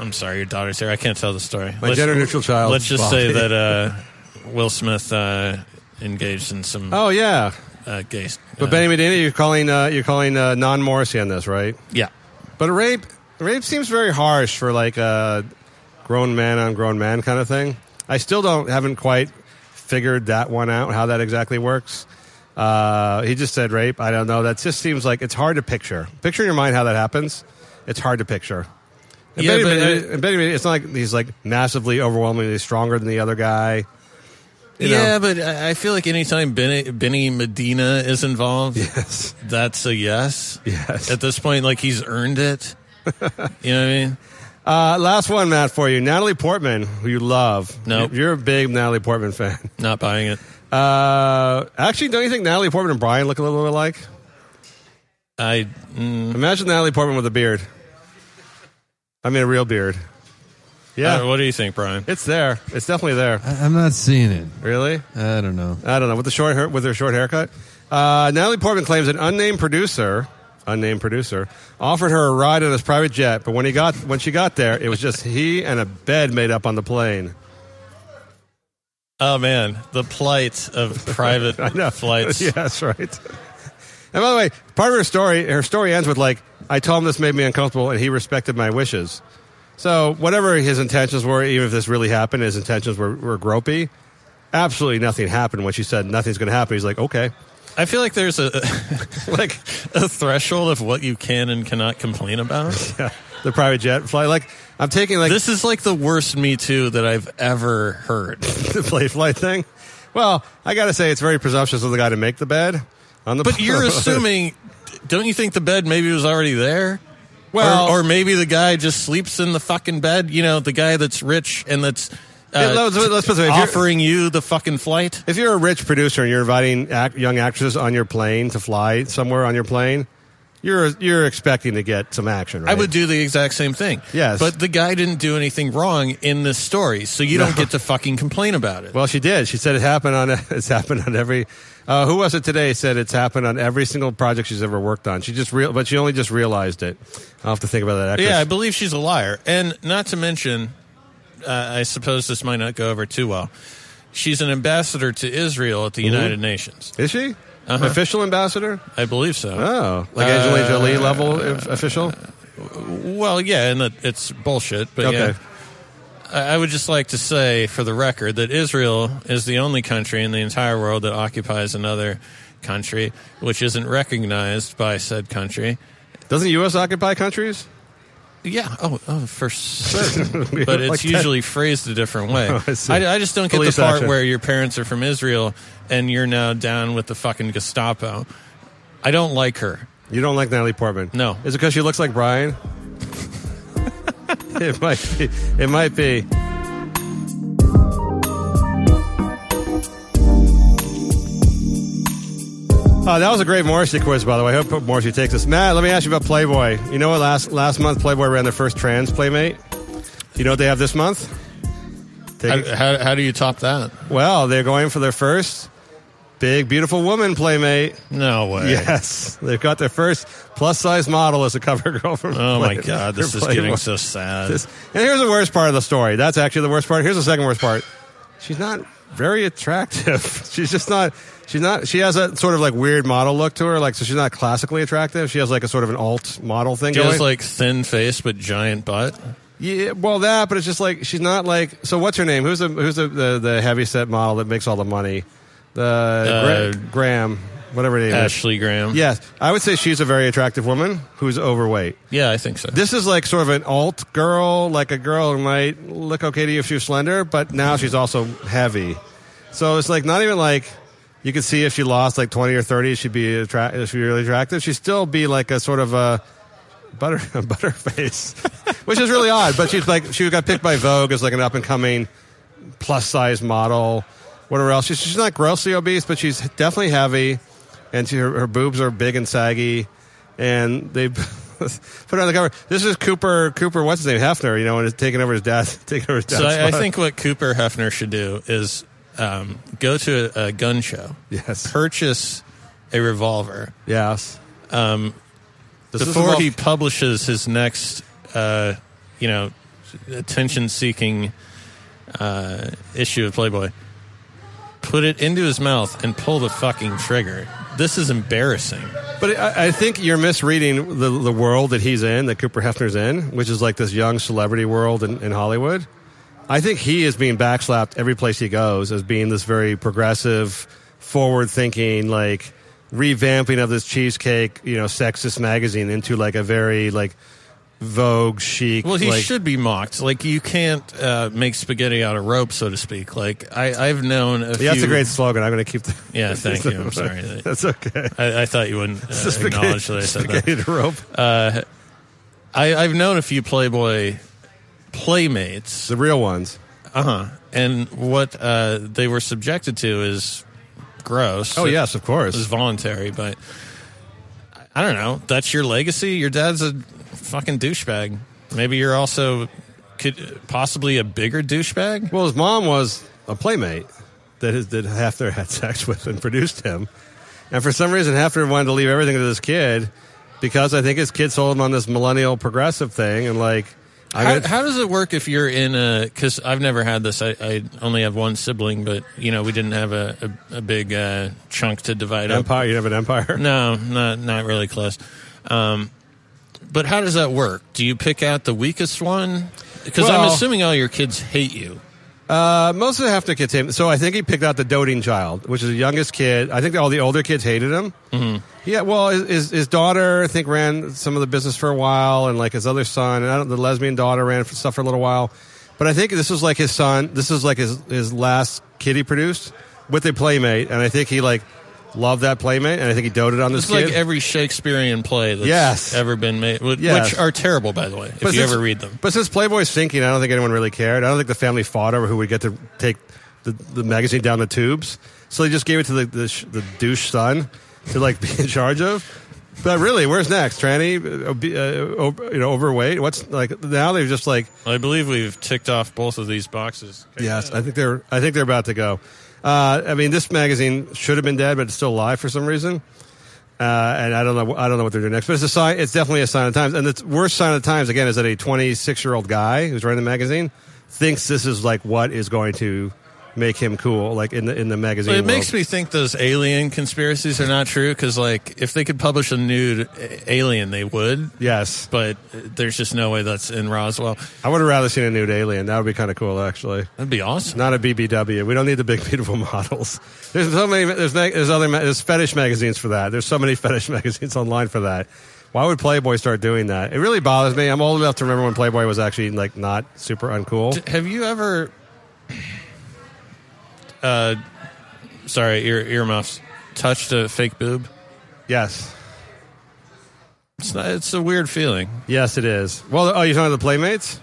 I'm sorry, your daughter's here. I can't tell the story.
My gender-neutral child
Let's just
is
say
Bobby.
that uh, Will Smith uh, engaged in some
Oh yeah,
uh, gay.
but
uh,
Benny Medina, you're calling uh, you're calling uh, non Morrissey on this, right?
yeah,
But rape rape seems very harsh for like a grown man on grown man kind of thing. I still don't haven't quite figured that one out how that exactly works. Uh, he just said rape. I don't know. That just seems like it's hard to picture. Picture in your mind how that happens. It's hard to picture. And
Yeah,
Benny,
but uh,
Benny-
I-
and Benny, it's not like he's like massively overwhelmingly stronger than the other guy. You
yeah.
know?
But I I feel like anytime Benny, Benny Medina is involved,
yes,
that's a yes.
yes.
At this point, like he's earned it. you know what I mean?
Uh, last one, Matt, for you. Natalie Portman, who you love.
Nope.
you're a big Natalie Portman fan.
Not buying it.
Uh, actually, don't you think Natalie Portman and Brian look a little bit alike?
I mm,
Imagine Natalie Portman with a beard. I mean, a real beard. Yeah,
uh, what do you think, Brian?
it's there. It's definitely there.
Uh,
I, I'm not seeing it.
Really?
I don't know.
I don't know. With the short hair, with her short haircut, uh, Natalie Portman claims an unnamed producer, unnamed producer, offered her a ride in his private jet. But when he got when she got there, it was just he and a bed made up on the plane.
Oh man, the plight of private flights.
yeah, that's right. And by the way, part of her story, her story ends with like, "I told him this made me uncomfortable, and he respected my wishes." So whatever his intentions were, even if this really happened, his intentions were, were gropey. Absolutely nothing happened when she said nothing's going to happen. He's like, okay,
I feel like there's a
like
a threshold of what you can and cannot complain about.
yeah, the private jet flight. Like I'm taking like
This is like the worst Me Too that I've ever heard.
the play flight thing. Well, I got to say it's very presumptuous of the guy to make the bed on the.
But you're assuming, don't you think the bed maybe was already there?
Well-
or, or maybe the guy just sleeps in the fucking bed. You know, the guy that's rich and that's uh,
Yeah, let's- let's put it this way, if you're-
offering you the fucking flight.
If you're a rich producer and you're inviting act- young actresses on your plane to fly somewhere on your plane, you're you're expecting to get some action, right?
I would do the exact same thing.
Yes.
But the guy didn't do anything wrong in this story, so you don't
No.
get to fucking complain about it.
Well, she did. She said it happened on it's happened on every. Uh, who was it today? Said it's happened on every single project she's ever worked on. She just real, but she only just realized it. I'll have to think about that. Actress.
yeah, I believe she's a liar. And not to mention, uh, I suppose this might not go over too well. She's an ambassador to Israel at the United Nations.
is she official ambassador?
I believe so.
Oh, like Angelina
Uh-huh. Uh,
Jolie level of- official?
Well, yeah, and that it's bullshit, but
Okay.
yeah. I I would just like to say, for the record, that Israel is the only country in the entire world that occupies another country, which isn't recognized by said country.
Doesn't U.S. occupy countries?
Yeah. Oh, oh for certain.
Yeah,
but it's
like that. Oh,
usually phrased a different way.
I
I,
see.
I just don't get
Police
the part
action.
where your parents are from Israel and you're now down with the fucking Gestapo. I don't like her.
You don't like Natalie Portman?
No.
Is it because she looks like Brian? it might be. It might be. Oh, that was a great Morrissey quiz, by the way. I hope Morrissey takes us. Matt, let me ask you about Playboy. You know what? Last last month, Playboy ran their first trans playmate. You know what they have this month? Take-
How, how, how do you top that?
Well, they're going for their first big, beautiful woman playmate.
No way.
Yes, they've got their first plus size model as a cover girl from.
Oh my
Playboy-
god, this
for
is getting
Playboy.
so sad.
This- and here's the worst part of the story. That's actually the worst part. Here's the second worst part. She's not very attractive. she's just not. She's not. She has a sort of like weird model look to her. Like so, she's not classically attractive. She has like a sort of an alt model thing.
She has
going.
like thin face but giant butt.
Yeah, well, that, but it's just like she's not like. So what's her name? Who's the who's the the, the heavy set model that makes all the money? The
Uh,
Gra- Graham, whatever her name is.
Ashley Graham.
Yes, I would say she's a very attractive woman who's overweight.
Yeah, I think so.
This is like sort of an alt girl, like a girl who might look okay to you if she was slender, but now she's also heavy. So it's like not even like you could see if she lost like twenty or thirty, she'd be attra- she'd be really attractive. She'd still be like a sort of a butter a butter face, which is really odd. But she's like she got picked by Vogue as like an up and coming plus size model, whatever else. She's, she's not grossly obese, but she's definitely heavy, and she, her, her boobs are big and saggy, and they. Put her on the cover. This is Cooper. Cooper, what's his name? Hefner. You know, and is taking over his dad. Taking over his dad's
so I, I
spot.
think what Cooper Hefner should do is um, go to a, a gun show.
Yes.
Purchase a revolver
Yes.
um,
Does this
before
involve-
he publishes his next, uh, you know, attention-seeking uh, issue of Playboy. Put it into his mouth and pull the fucking trigger. This is embarrassing.
But I, I think you're misreading the, the world that he's in, that Cooper Hefner's in, which is like this young celebrity world in, in Hollywood. I think he is being backslapped every place he goes as being this very progressive, forward thinking, like revamping of this cheesecake, you know, sexist magazine into like a very like Vogue chic.
Well, he
like-
should be mocked. Like you can't uh, make spaghetti out of rope, so to speak. Like I, I've known. A
Yeah, that's
few,
a great slogan. I'm going to keep that.
Yeah, thank you. I'm sorry.
That's okay.
I, I thought you wouldn't uh,
Spaghetti-
acknowledge that I said
spaghetti
that.
to rope.
I, I've known a few Playboy playmates,
the real ones.
uh-huh. and what uh, they were subjected to is gross.
Oh, yes, of course.
it was voluntary, but I- I don't know. That's your legacy. Your dad's a fucking douchebag. Maybe you're also could possibly a bigger douchebag.
Well, his mom was a playmate that his, that Hefner had sex with and produced him. And for some reason, Hefner wanted to leave everything to this kid because I think his kid sold him on this millennial progressive thing. And like, I
How,
mean,
how does it work if you're in a? Because I've never had this. I, I only have one sibling, but you know we didn't have a a, a big uh, chunk to divide up.
empire, you have an empire.
No, not not really close. Um, but how does that work? Do you pick out the weakest one? Because I'm
Well-
assuming all your kids hate you.
Uh, most of the Hefner kids hate him. So I think he picked out the doting child, which is the youngest kid. I think all the older kids hated him. Mm-hmm. Yeah, well, his, his, his daughter, I think, ran some of the business for a while, and like his other son, and I don't, the lesbian daughter ran for stuff for a little while. But I think this was like his son. This was like his, his last kid he produced with a playmate, and I think he like loved that playmate, and I think he doted on this
It's
kid.
like every Shakespearean play that's
Yes.
ever been made, which
Yes.
which are terrible, by the way, if
But
you
since-
ever read them.
But since Playboy's sinking, I don't think anyone really cared. I don't think the family fought over who would get to take the, the magazine down the tubes. So they just gave it to the the, sh- the douche son to like be in charge of. But really, where's next? Tranny, uh, obe- uh, ob- you know, overweight. What's like now? They're just like
I believe we've ticked off both of these boxes.
Yes, I think they're. I think they're about to go. Uh, I mean, this magazine should have been dead, but it's still alive for some reason. Uh, and I don't know. I don't know what they're doing next, but it's a sign. It's definitely a sign of the times. And the worst sign of the times again is that a 26 year old guy who's writing the magazine thinks this is like what is going to make him cool, like in the in the magazine.
But it
world.
makes me think those alien conspiracies are not true because, like, if they could publish a nude a- alien, they would.
Yes,
But uh, there's just no way that's in Roswell.
I would have rather seen a nude alien. That would be kind of cool, actually.
That'd be awesome.
Not a BBW. We don't need the big beautiful models. There's so many. There's ma- there's other ma- there's fetish magazines for that. There's so many fetish magazines online for that. Why would Playboy start doing that? It really bothers me. I'm old enough to remember when Playboy was actually like not super uncool.
D- Have you ever? Uh, sorry, ear earmuffs. Touched a fake boob.
Yes,
It's not, it's a weird feeling.
yes, it is. Well, oh, you're talking about the Playmates?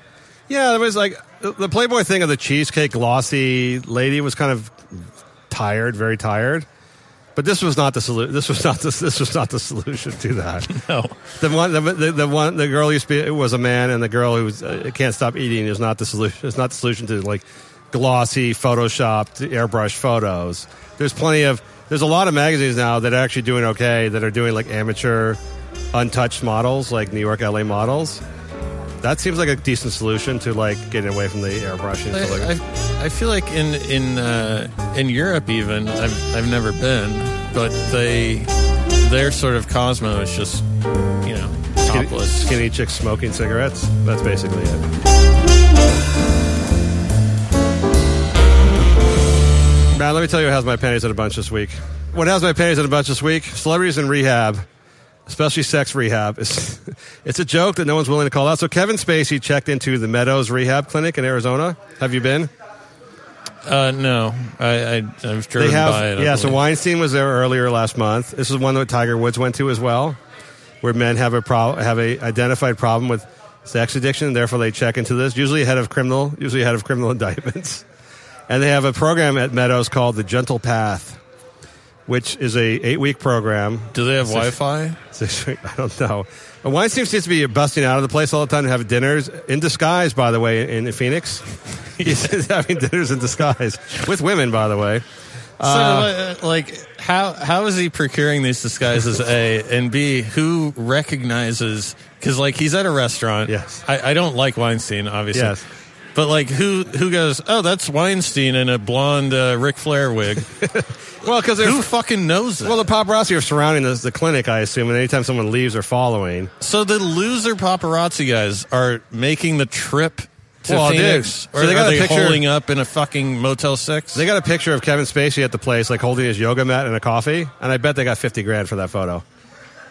Yeah, there was like the- the Playboy thing of the cheesecake glossy lady was kind of tired, very tired. But this was not the solution. This was not the, this was not the solution to that.
No,
The one, the, the, the one, the girl used to be was a man, and the girl who was, uh, can't stop eating is not the solution. It's not the solution to like glossy, photoshopped, airbrush photos. There's plenty of there's a lot of magazines now that are actually doing okay that are doing like amateur, untouched models, like New York, LA models. That seems like a decent solution to like getting away from the airbrushing. So, like,
I, I, I feel like in in uh, in Europe even I've I've never been, but they their sort of Cosmo is just you know
skinny,
topless.
skinny chicks smoking cigarettes. That's basically it. Matt, let me tell you what has my panties in a bunch this week. What has my panties in a bunch this week? Celebrities in rehab, especially sex rehab. It's, it's a joke that no one's willing to call out. So Kevin Spacey checked into the Meadows Rehab Clinic in Arizona. Have you been?
Uh, no, I, I I've driven by it. I
yeah, so
believe.
Weinstein was there earlier last month. This is one that Tiger Woods went to as well, where men have a pro- have a identified problem with sex addiction, and therefore they check into this. Usually ahead of criminal, usually ahead of criminal indictments, and they have a program at Meadows called the Gentle Path, which is a eight week program.
do they have Wi-Fi?
Six week- I don't know. But Weinstein seems to be busting out of the place all the time to have dinners in disguise. By the way, in Phoenix, he's having dinners in disguise with women. By the way.
so, uh, like, how how is he procuring these disguises? A and B, who recognizes? Because like he's at a restaurant.
Yes.
I, I don't like Weinstein, obviously.
Yes.
But like, who who goes? Oh, that's Weinstein in a blonde uh, Ric Flair wig.
Well, because
who fucking knows that?
Well, the paparazzi are surrounding the, the clinic, I assume, and anytime someone leaves, they're following.
so the loser paparazzi guys are making the trip. To
Well, dude,
Phoenix,
so
or
they got
are
a
they
picture-
holding up in a fucking Motel Six?
They got a picture of Kevin Spacey at the place, like holding his yoga mat and a coffee, and I bet they got 50 grand for that photo.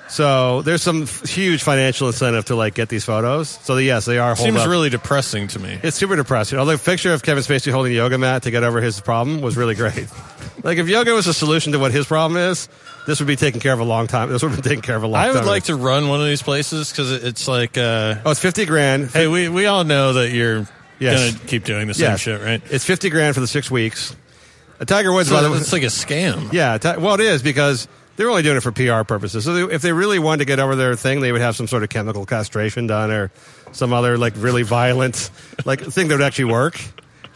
So there's some f- huge financial incentive to like get these photos. So yes, they are. holed
Seems
up.
really depressing to me.
It's super depressing. Although the picture of Kevin Spacey holding a yoga mat to get over his problem was really great. like if yoga was a solution to what his problem is, this would be taken care of a long time. This would have been taken care of a long
I
time.
would like to run one of these places because it's like, uh,
Oh, it's 50 grand.
hey, we, we all know that you're
Yes.
gonna keep doing the same
Yeah.
shit, right?
It's 50 grand for the six weeks. Uh, Tiger Woods,
So
by the way.
it's like a scam.
Yeah, ta- well, it is because they're only doing it for PR purposes. So they, if they really wanted to get over their thing, they would have some sort of chemical castration done or some other like really violent like thing that would actually work.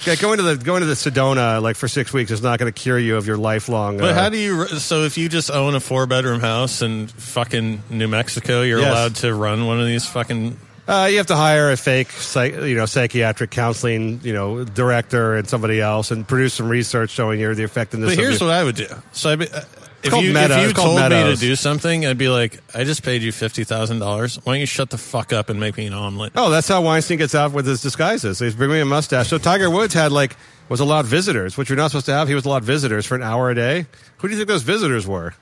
Okay, going to the going to the Sedona like for six weeks is not going to cure you of your lifelong. uh,
But how do you? So if you just own a four bedroom house in fucking New Mexico, you're
Yes.
allowed to run one of these fucking.
Uh, you have to hire a fake, psych, you know, psychiatric counseling, you know, director and somebody else, and produce some research showing you the effectiveness. of
But here's
your-
what I would do. So I'd be, uh, if,
called
you,
Meadows.
if you
It's called
told me to
Meadows.
do something, I'd be like, I just paid you fifty thousand dollars. Why don't you shut the fuck up and make me an omelet?
Oh, that's how Weinstein gets out with his disguises. He's bringing a mustache. So Tiger Woods had like was allowed visitors, which you're not supposed to have. He was allowed visitors for an hour a day. Who do you think those visitors were?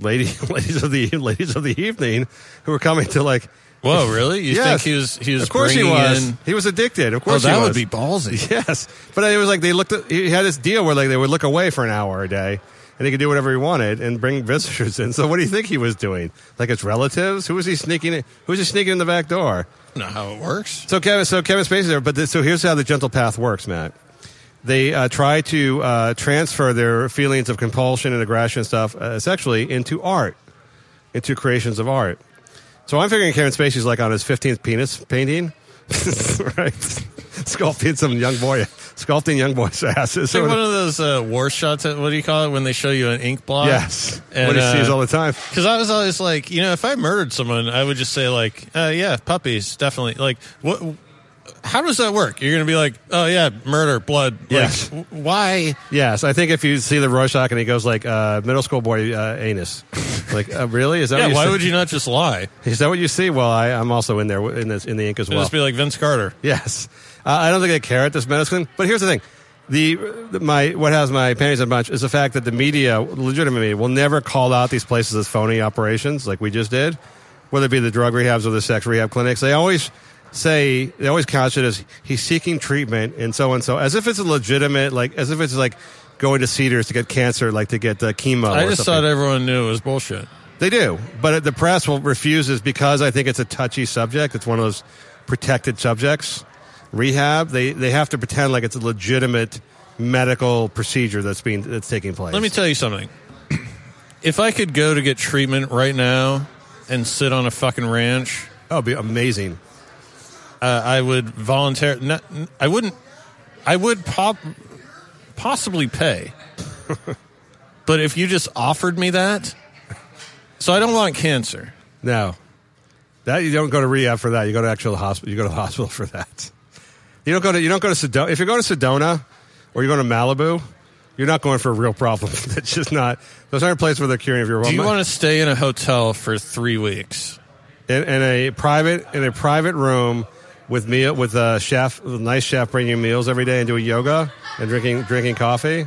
Lady, ladies of the ladies of the evening who were coming to like.
Whoa, really? You
Yes.
think he was? He was.
Of course he
bringing
was.
In,
He was addicted. Of
oh,
course
that
he was.
would be ballsy.
Yes, but it was like they looked. At, he had this deal where like they would look away for an hour a day, and he could do whatever he wanted and bring visitors in. So what do you think he was doing? Like his relatives? Who was he sneaking? In? Who was he sneaking in the back door?
Know how it works?
So Kevin, so Kevin Spacey's there, but th- so here's how the gentle path works, Matt. They uh, try to uh, transfer their feelings of compulsion and aggression and stuff uh, sexually into art, into creations of art. So I'm figuring Kevin Spacey's like on his 15th penis painting, right? sculpting some young boy, sculpting young boys' asses.
It's like
So-
one of those uh, war shots. At, what do you call it when they show you an ink blot?
yes, what he
uh,
sees all the time.
Because I was always like, you know, if I murdered someone, I would just say like, uh, yeah, puppies, definitely. Like, what? How does that work? You're gonna be like, oh yeah, murder, blood. Like,
Yes.
w- why?
Yes, I think if you see the Rorschach and he goes like uh, middle school boy uh, anus, like uh, really is that? what
Yeah.
you
Why
see?
would you not just lie?
Is that what you see? Well, I, I'm also in there w- in this in the ink as
It'd
well.
Just be like Vince Carter.
yes, uh, I don't think they care at this medicine. But here's the thing: the, the my what has my panties in a bunch is the fact that the media, legitimate media, will never call out these places as phony operations like we just did, whether it be the drug rehabs or the sex rehab clinics. They always say they always couch it as he's seeking treatment and so and so, as if it's a legitimate, like as if it's like going to Cedars to get cancer, like to get uh, chemo.
I
or
just
something.
thought everyone knew it was bullshit.
They do, but the press will refuses because I think it's a touchy subject. It's one of those protected subjects. Rehab, they they have to pretend like it's a legitimate medical procedure that's being that's taking place.
Let me tell you something. If I could go to get treatment right now and sit on a fucking ranch,
that would be amazing.
uh, I would volunteer. Not, I wouldn't I would pop, possibly pay. but if you just offered me that, so I don't want cancer.
No, that you don't go to rehab for that. You go to actual hospital. You go to the hospital for that. You don't go to you don't go to Sedona. If you're going to Sedona or you're going to Malibu, you're not going for a real problem. That's just not. Those aren't places where they're curing of your.
Do you want to stay in a hotel for three weeks?
in, in a private in a private room with meal with a chef, with a nice chef bringing meals every day and doing yoga and drinking drinking coffee,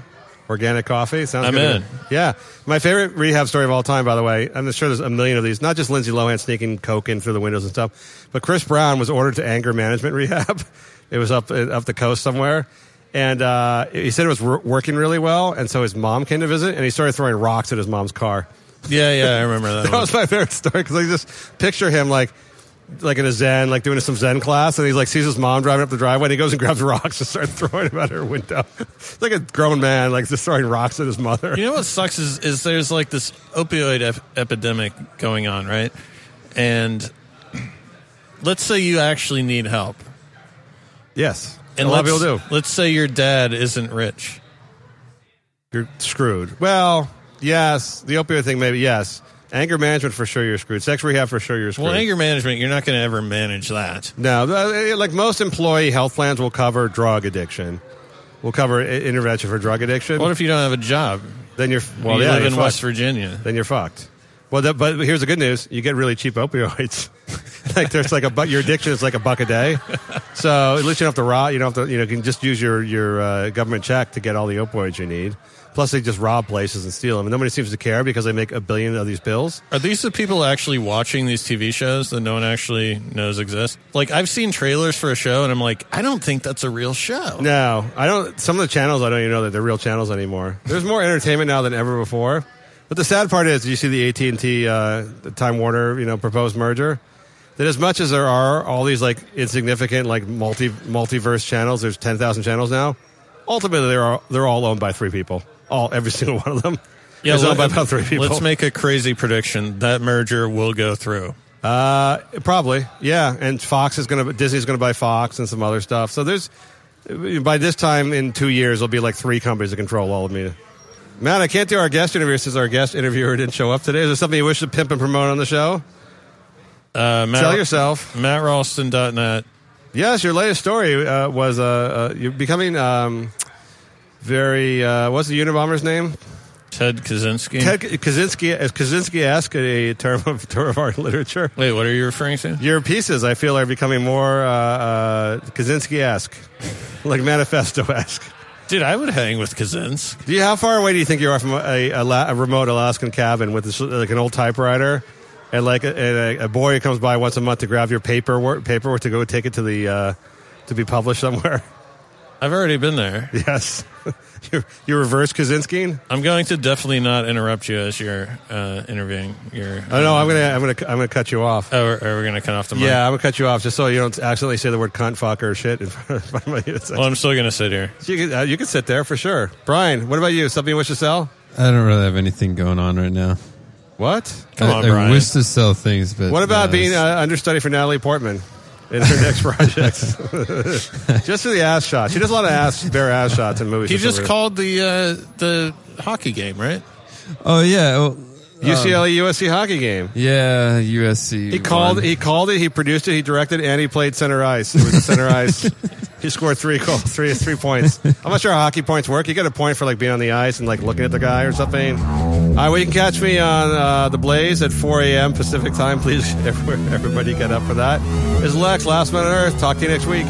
organic coffee. Sounds
I'm
good. to
in.
me. Yeah, my favorite rehab story of all time, by the way. I'm sure there's a million of these. Not just Lindsay Lohan sneaking coke in through the windows and stuff, but Chris Brown was ordered to anger management rehab. it was up uh, up the coast somewhere. And uh, he said it was wor- working really well, and so his mom came to visit, and he started throwing rocks at his mom's car
Yeah, yeah, I remember that.
that
one.
was my favorite story because I just picture him like, like in a Zen, like doing some Zen class, and he's like sees his mom driving up the driveway, and he goes and grabs rocks and starts throwing them out her window. it's like a grown man, like just throwing rocks at his mother.
You know what sucks is, is there's like this opioid ep- epidemic going on, right? And let's say you actually need help.
Yes,
And
a lot of
let's-
people do.
Let's say your dad isn't rich.
You're screwed. Well, yes, the opioid thing, maybe yes. Anger management for sure, you're screwed. Sex rehab for sure, you're screwed.
Well, anger management, you're not going to ever manage that.
No, uh, like most employee health plans will cover drug addiction. Will cover i- intervention for drug addiction.
What if you don't have a job?
then you're well?
you
yeah,
live
you're
in West
fucked.
Virginia.
then you're fucked. Well, that, but here's the good news: you get really cheap opioids. like there's like a bu- your addiction is like a buck a day, so at least you don't have to rob. You don't have to. You know, you can just use your your uh, government check to get all the opioids you need. Plus, they just rob places and steal them, and nobody seems to care because they make a billion of these pills.
Are these the people actually watching these TV shows that no one actually knows exist? Like, I've seen trailers for a show and I'm like, I don't think that's a real show.
No, I don't. Some of the channels I don't even know that they're real channels anymore. There's more entertainment now than ever before. But the sad part is, you see the AT and T, uh, the Time Warner, you know, proposed merger. That as much as there are all these like insignificant like multi multiverse channels, there's ten thousand channels now. Ultimately, they're all, they're all owned by three people. All every single one of them.
Yeah,
is owned by
let-
about three people.
Let's make a crazy prediction. That merger will go through.
Uh, probably, yeah. And Fox is going to Disney's going to buy Fox and some other stuff. So there's by this time in two years, there'll be like three companies that control all of media. Matt, I can't do our guest interview since our guest interviewer didn't show up today. Is there something you wish to pimp and promote on the show?
Uh, Matt,
Tell yourself.
MattRalston.net.
Yes, your latest story uh, was uh, uh, you're becoming um, very. Uh, what's the Unabomber's name?
Ted Kaczynski.
Ted Kaczynski. Kaczynski esque a term of term of our literature.
Wait, what are you referring to?
your pieces I feel are becoming more uh, uh, Kaczynski-esque, like manifesto-esque.
Dude, I would hang with Kaczynski.
Do you, how far away do you think you are from a, a, la- a remote Alaskan cabin with this, like an old typewriter and like a, and a, a boy who comes by once a month to grab your paperwork, paperwork to go take it to the uh, to be published somewhere?
I've already been there.
Yes, you, you reverse Kaczynski.
I'm going to definitely not interrupt you as you're uh, interviewing. Your, um,
Oh no, I'm gonna I'm gonna I'm gonna cut you off.
Oh, are, are we going to cut off the mic?
yeah, I'm gonna cut you off just so you don't accidentally say the word cunt, fuck, or shit in front of my.
Well, Oh, I'm still going to sit here.
You can, uh, you can sit there for sure. Brian, what about you? Something you wish to sell?
I don't really have anything going on right now.
What?
Come
I,
on,
I
Brian.
wish to sell things, but
What about
no,
being uh,
it's-
understudy for Natalie Portman in her next projects? just for the ass shot. She does a lot of ass bare ass shots in movies.
He
for some
just
reason.
called the uh, the hockey game, right?
oh yeah, well,
UCLA USC hockey game.
yeah, USC.
He called.
won.
He called it. He produced it. He directed, and he played center ice. It was a center ice. He scored three goal, three three points. I'm not sure how hockey points work. You get a point for like being on the ice and like looking at the guy or something. All right, well, you can catch me on uh, the Blaze at 4 a.m. Pacific time. Please, everywhere- everybody, get up for that. This is Lex, Last Man on Earth. Talk to you next week.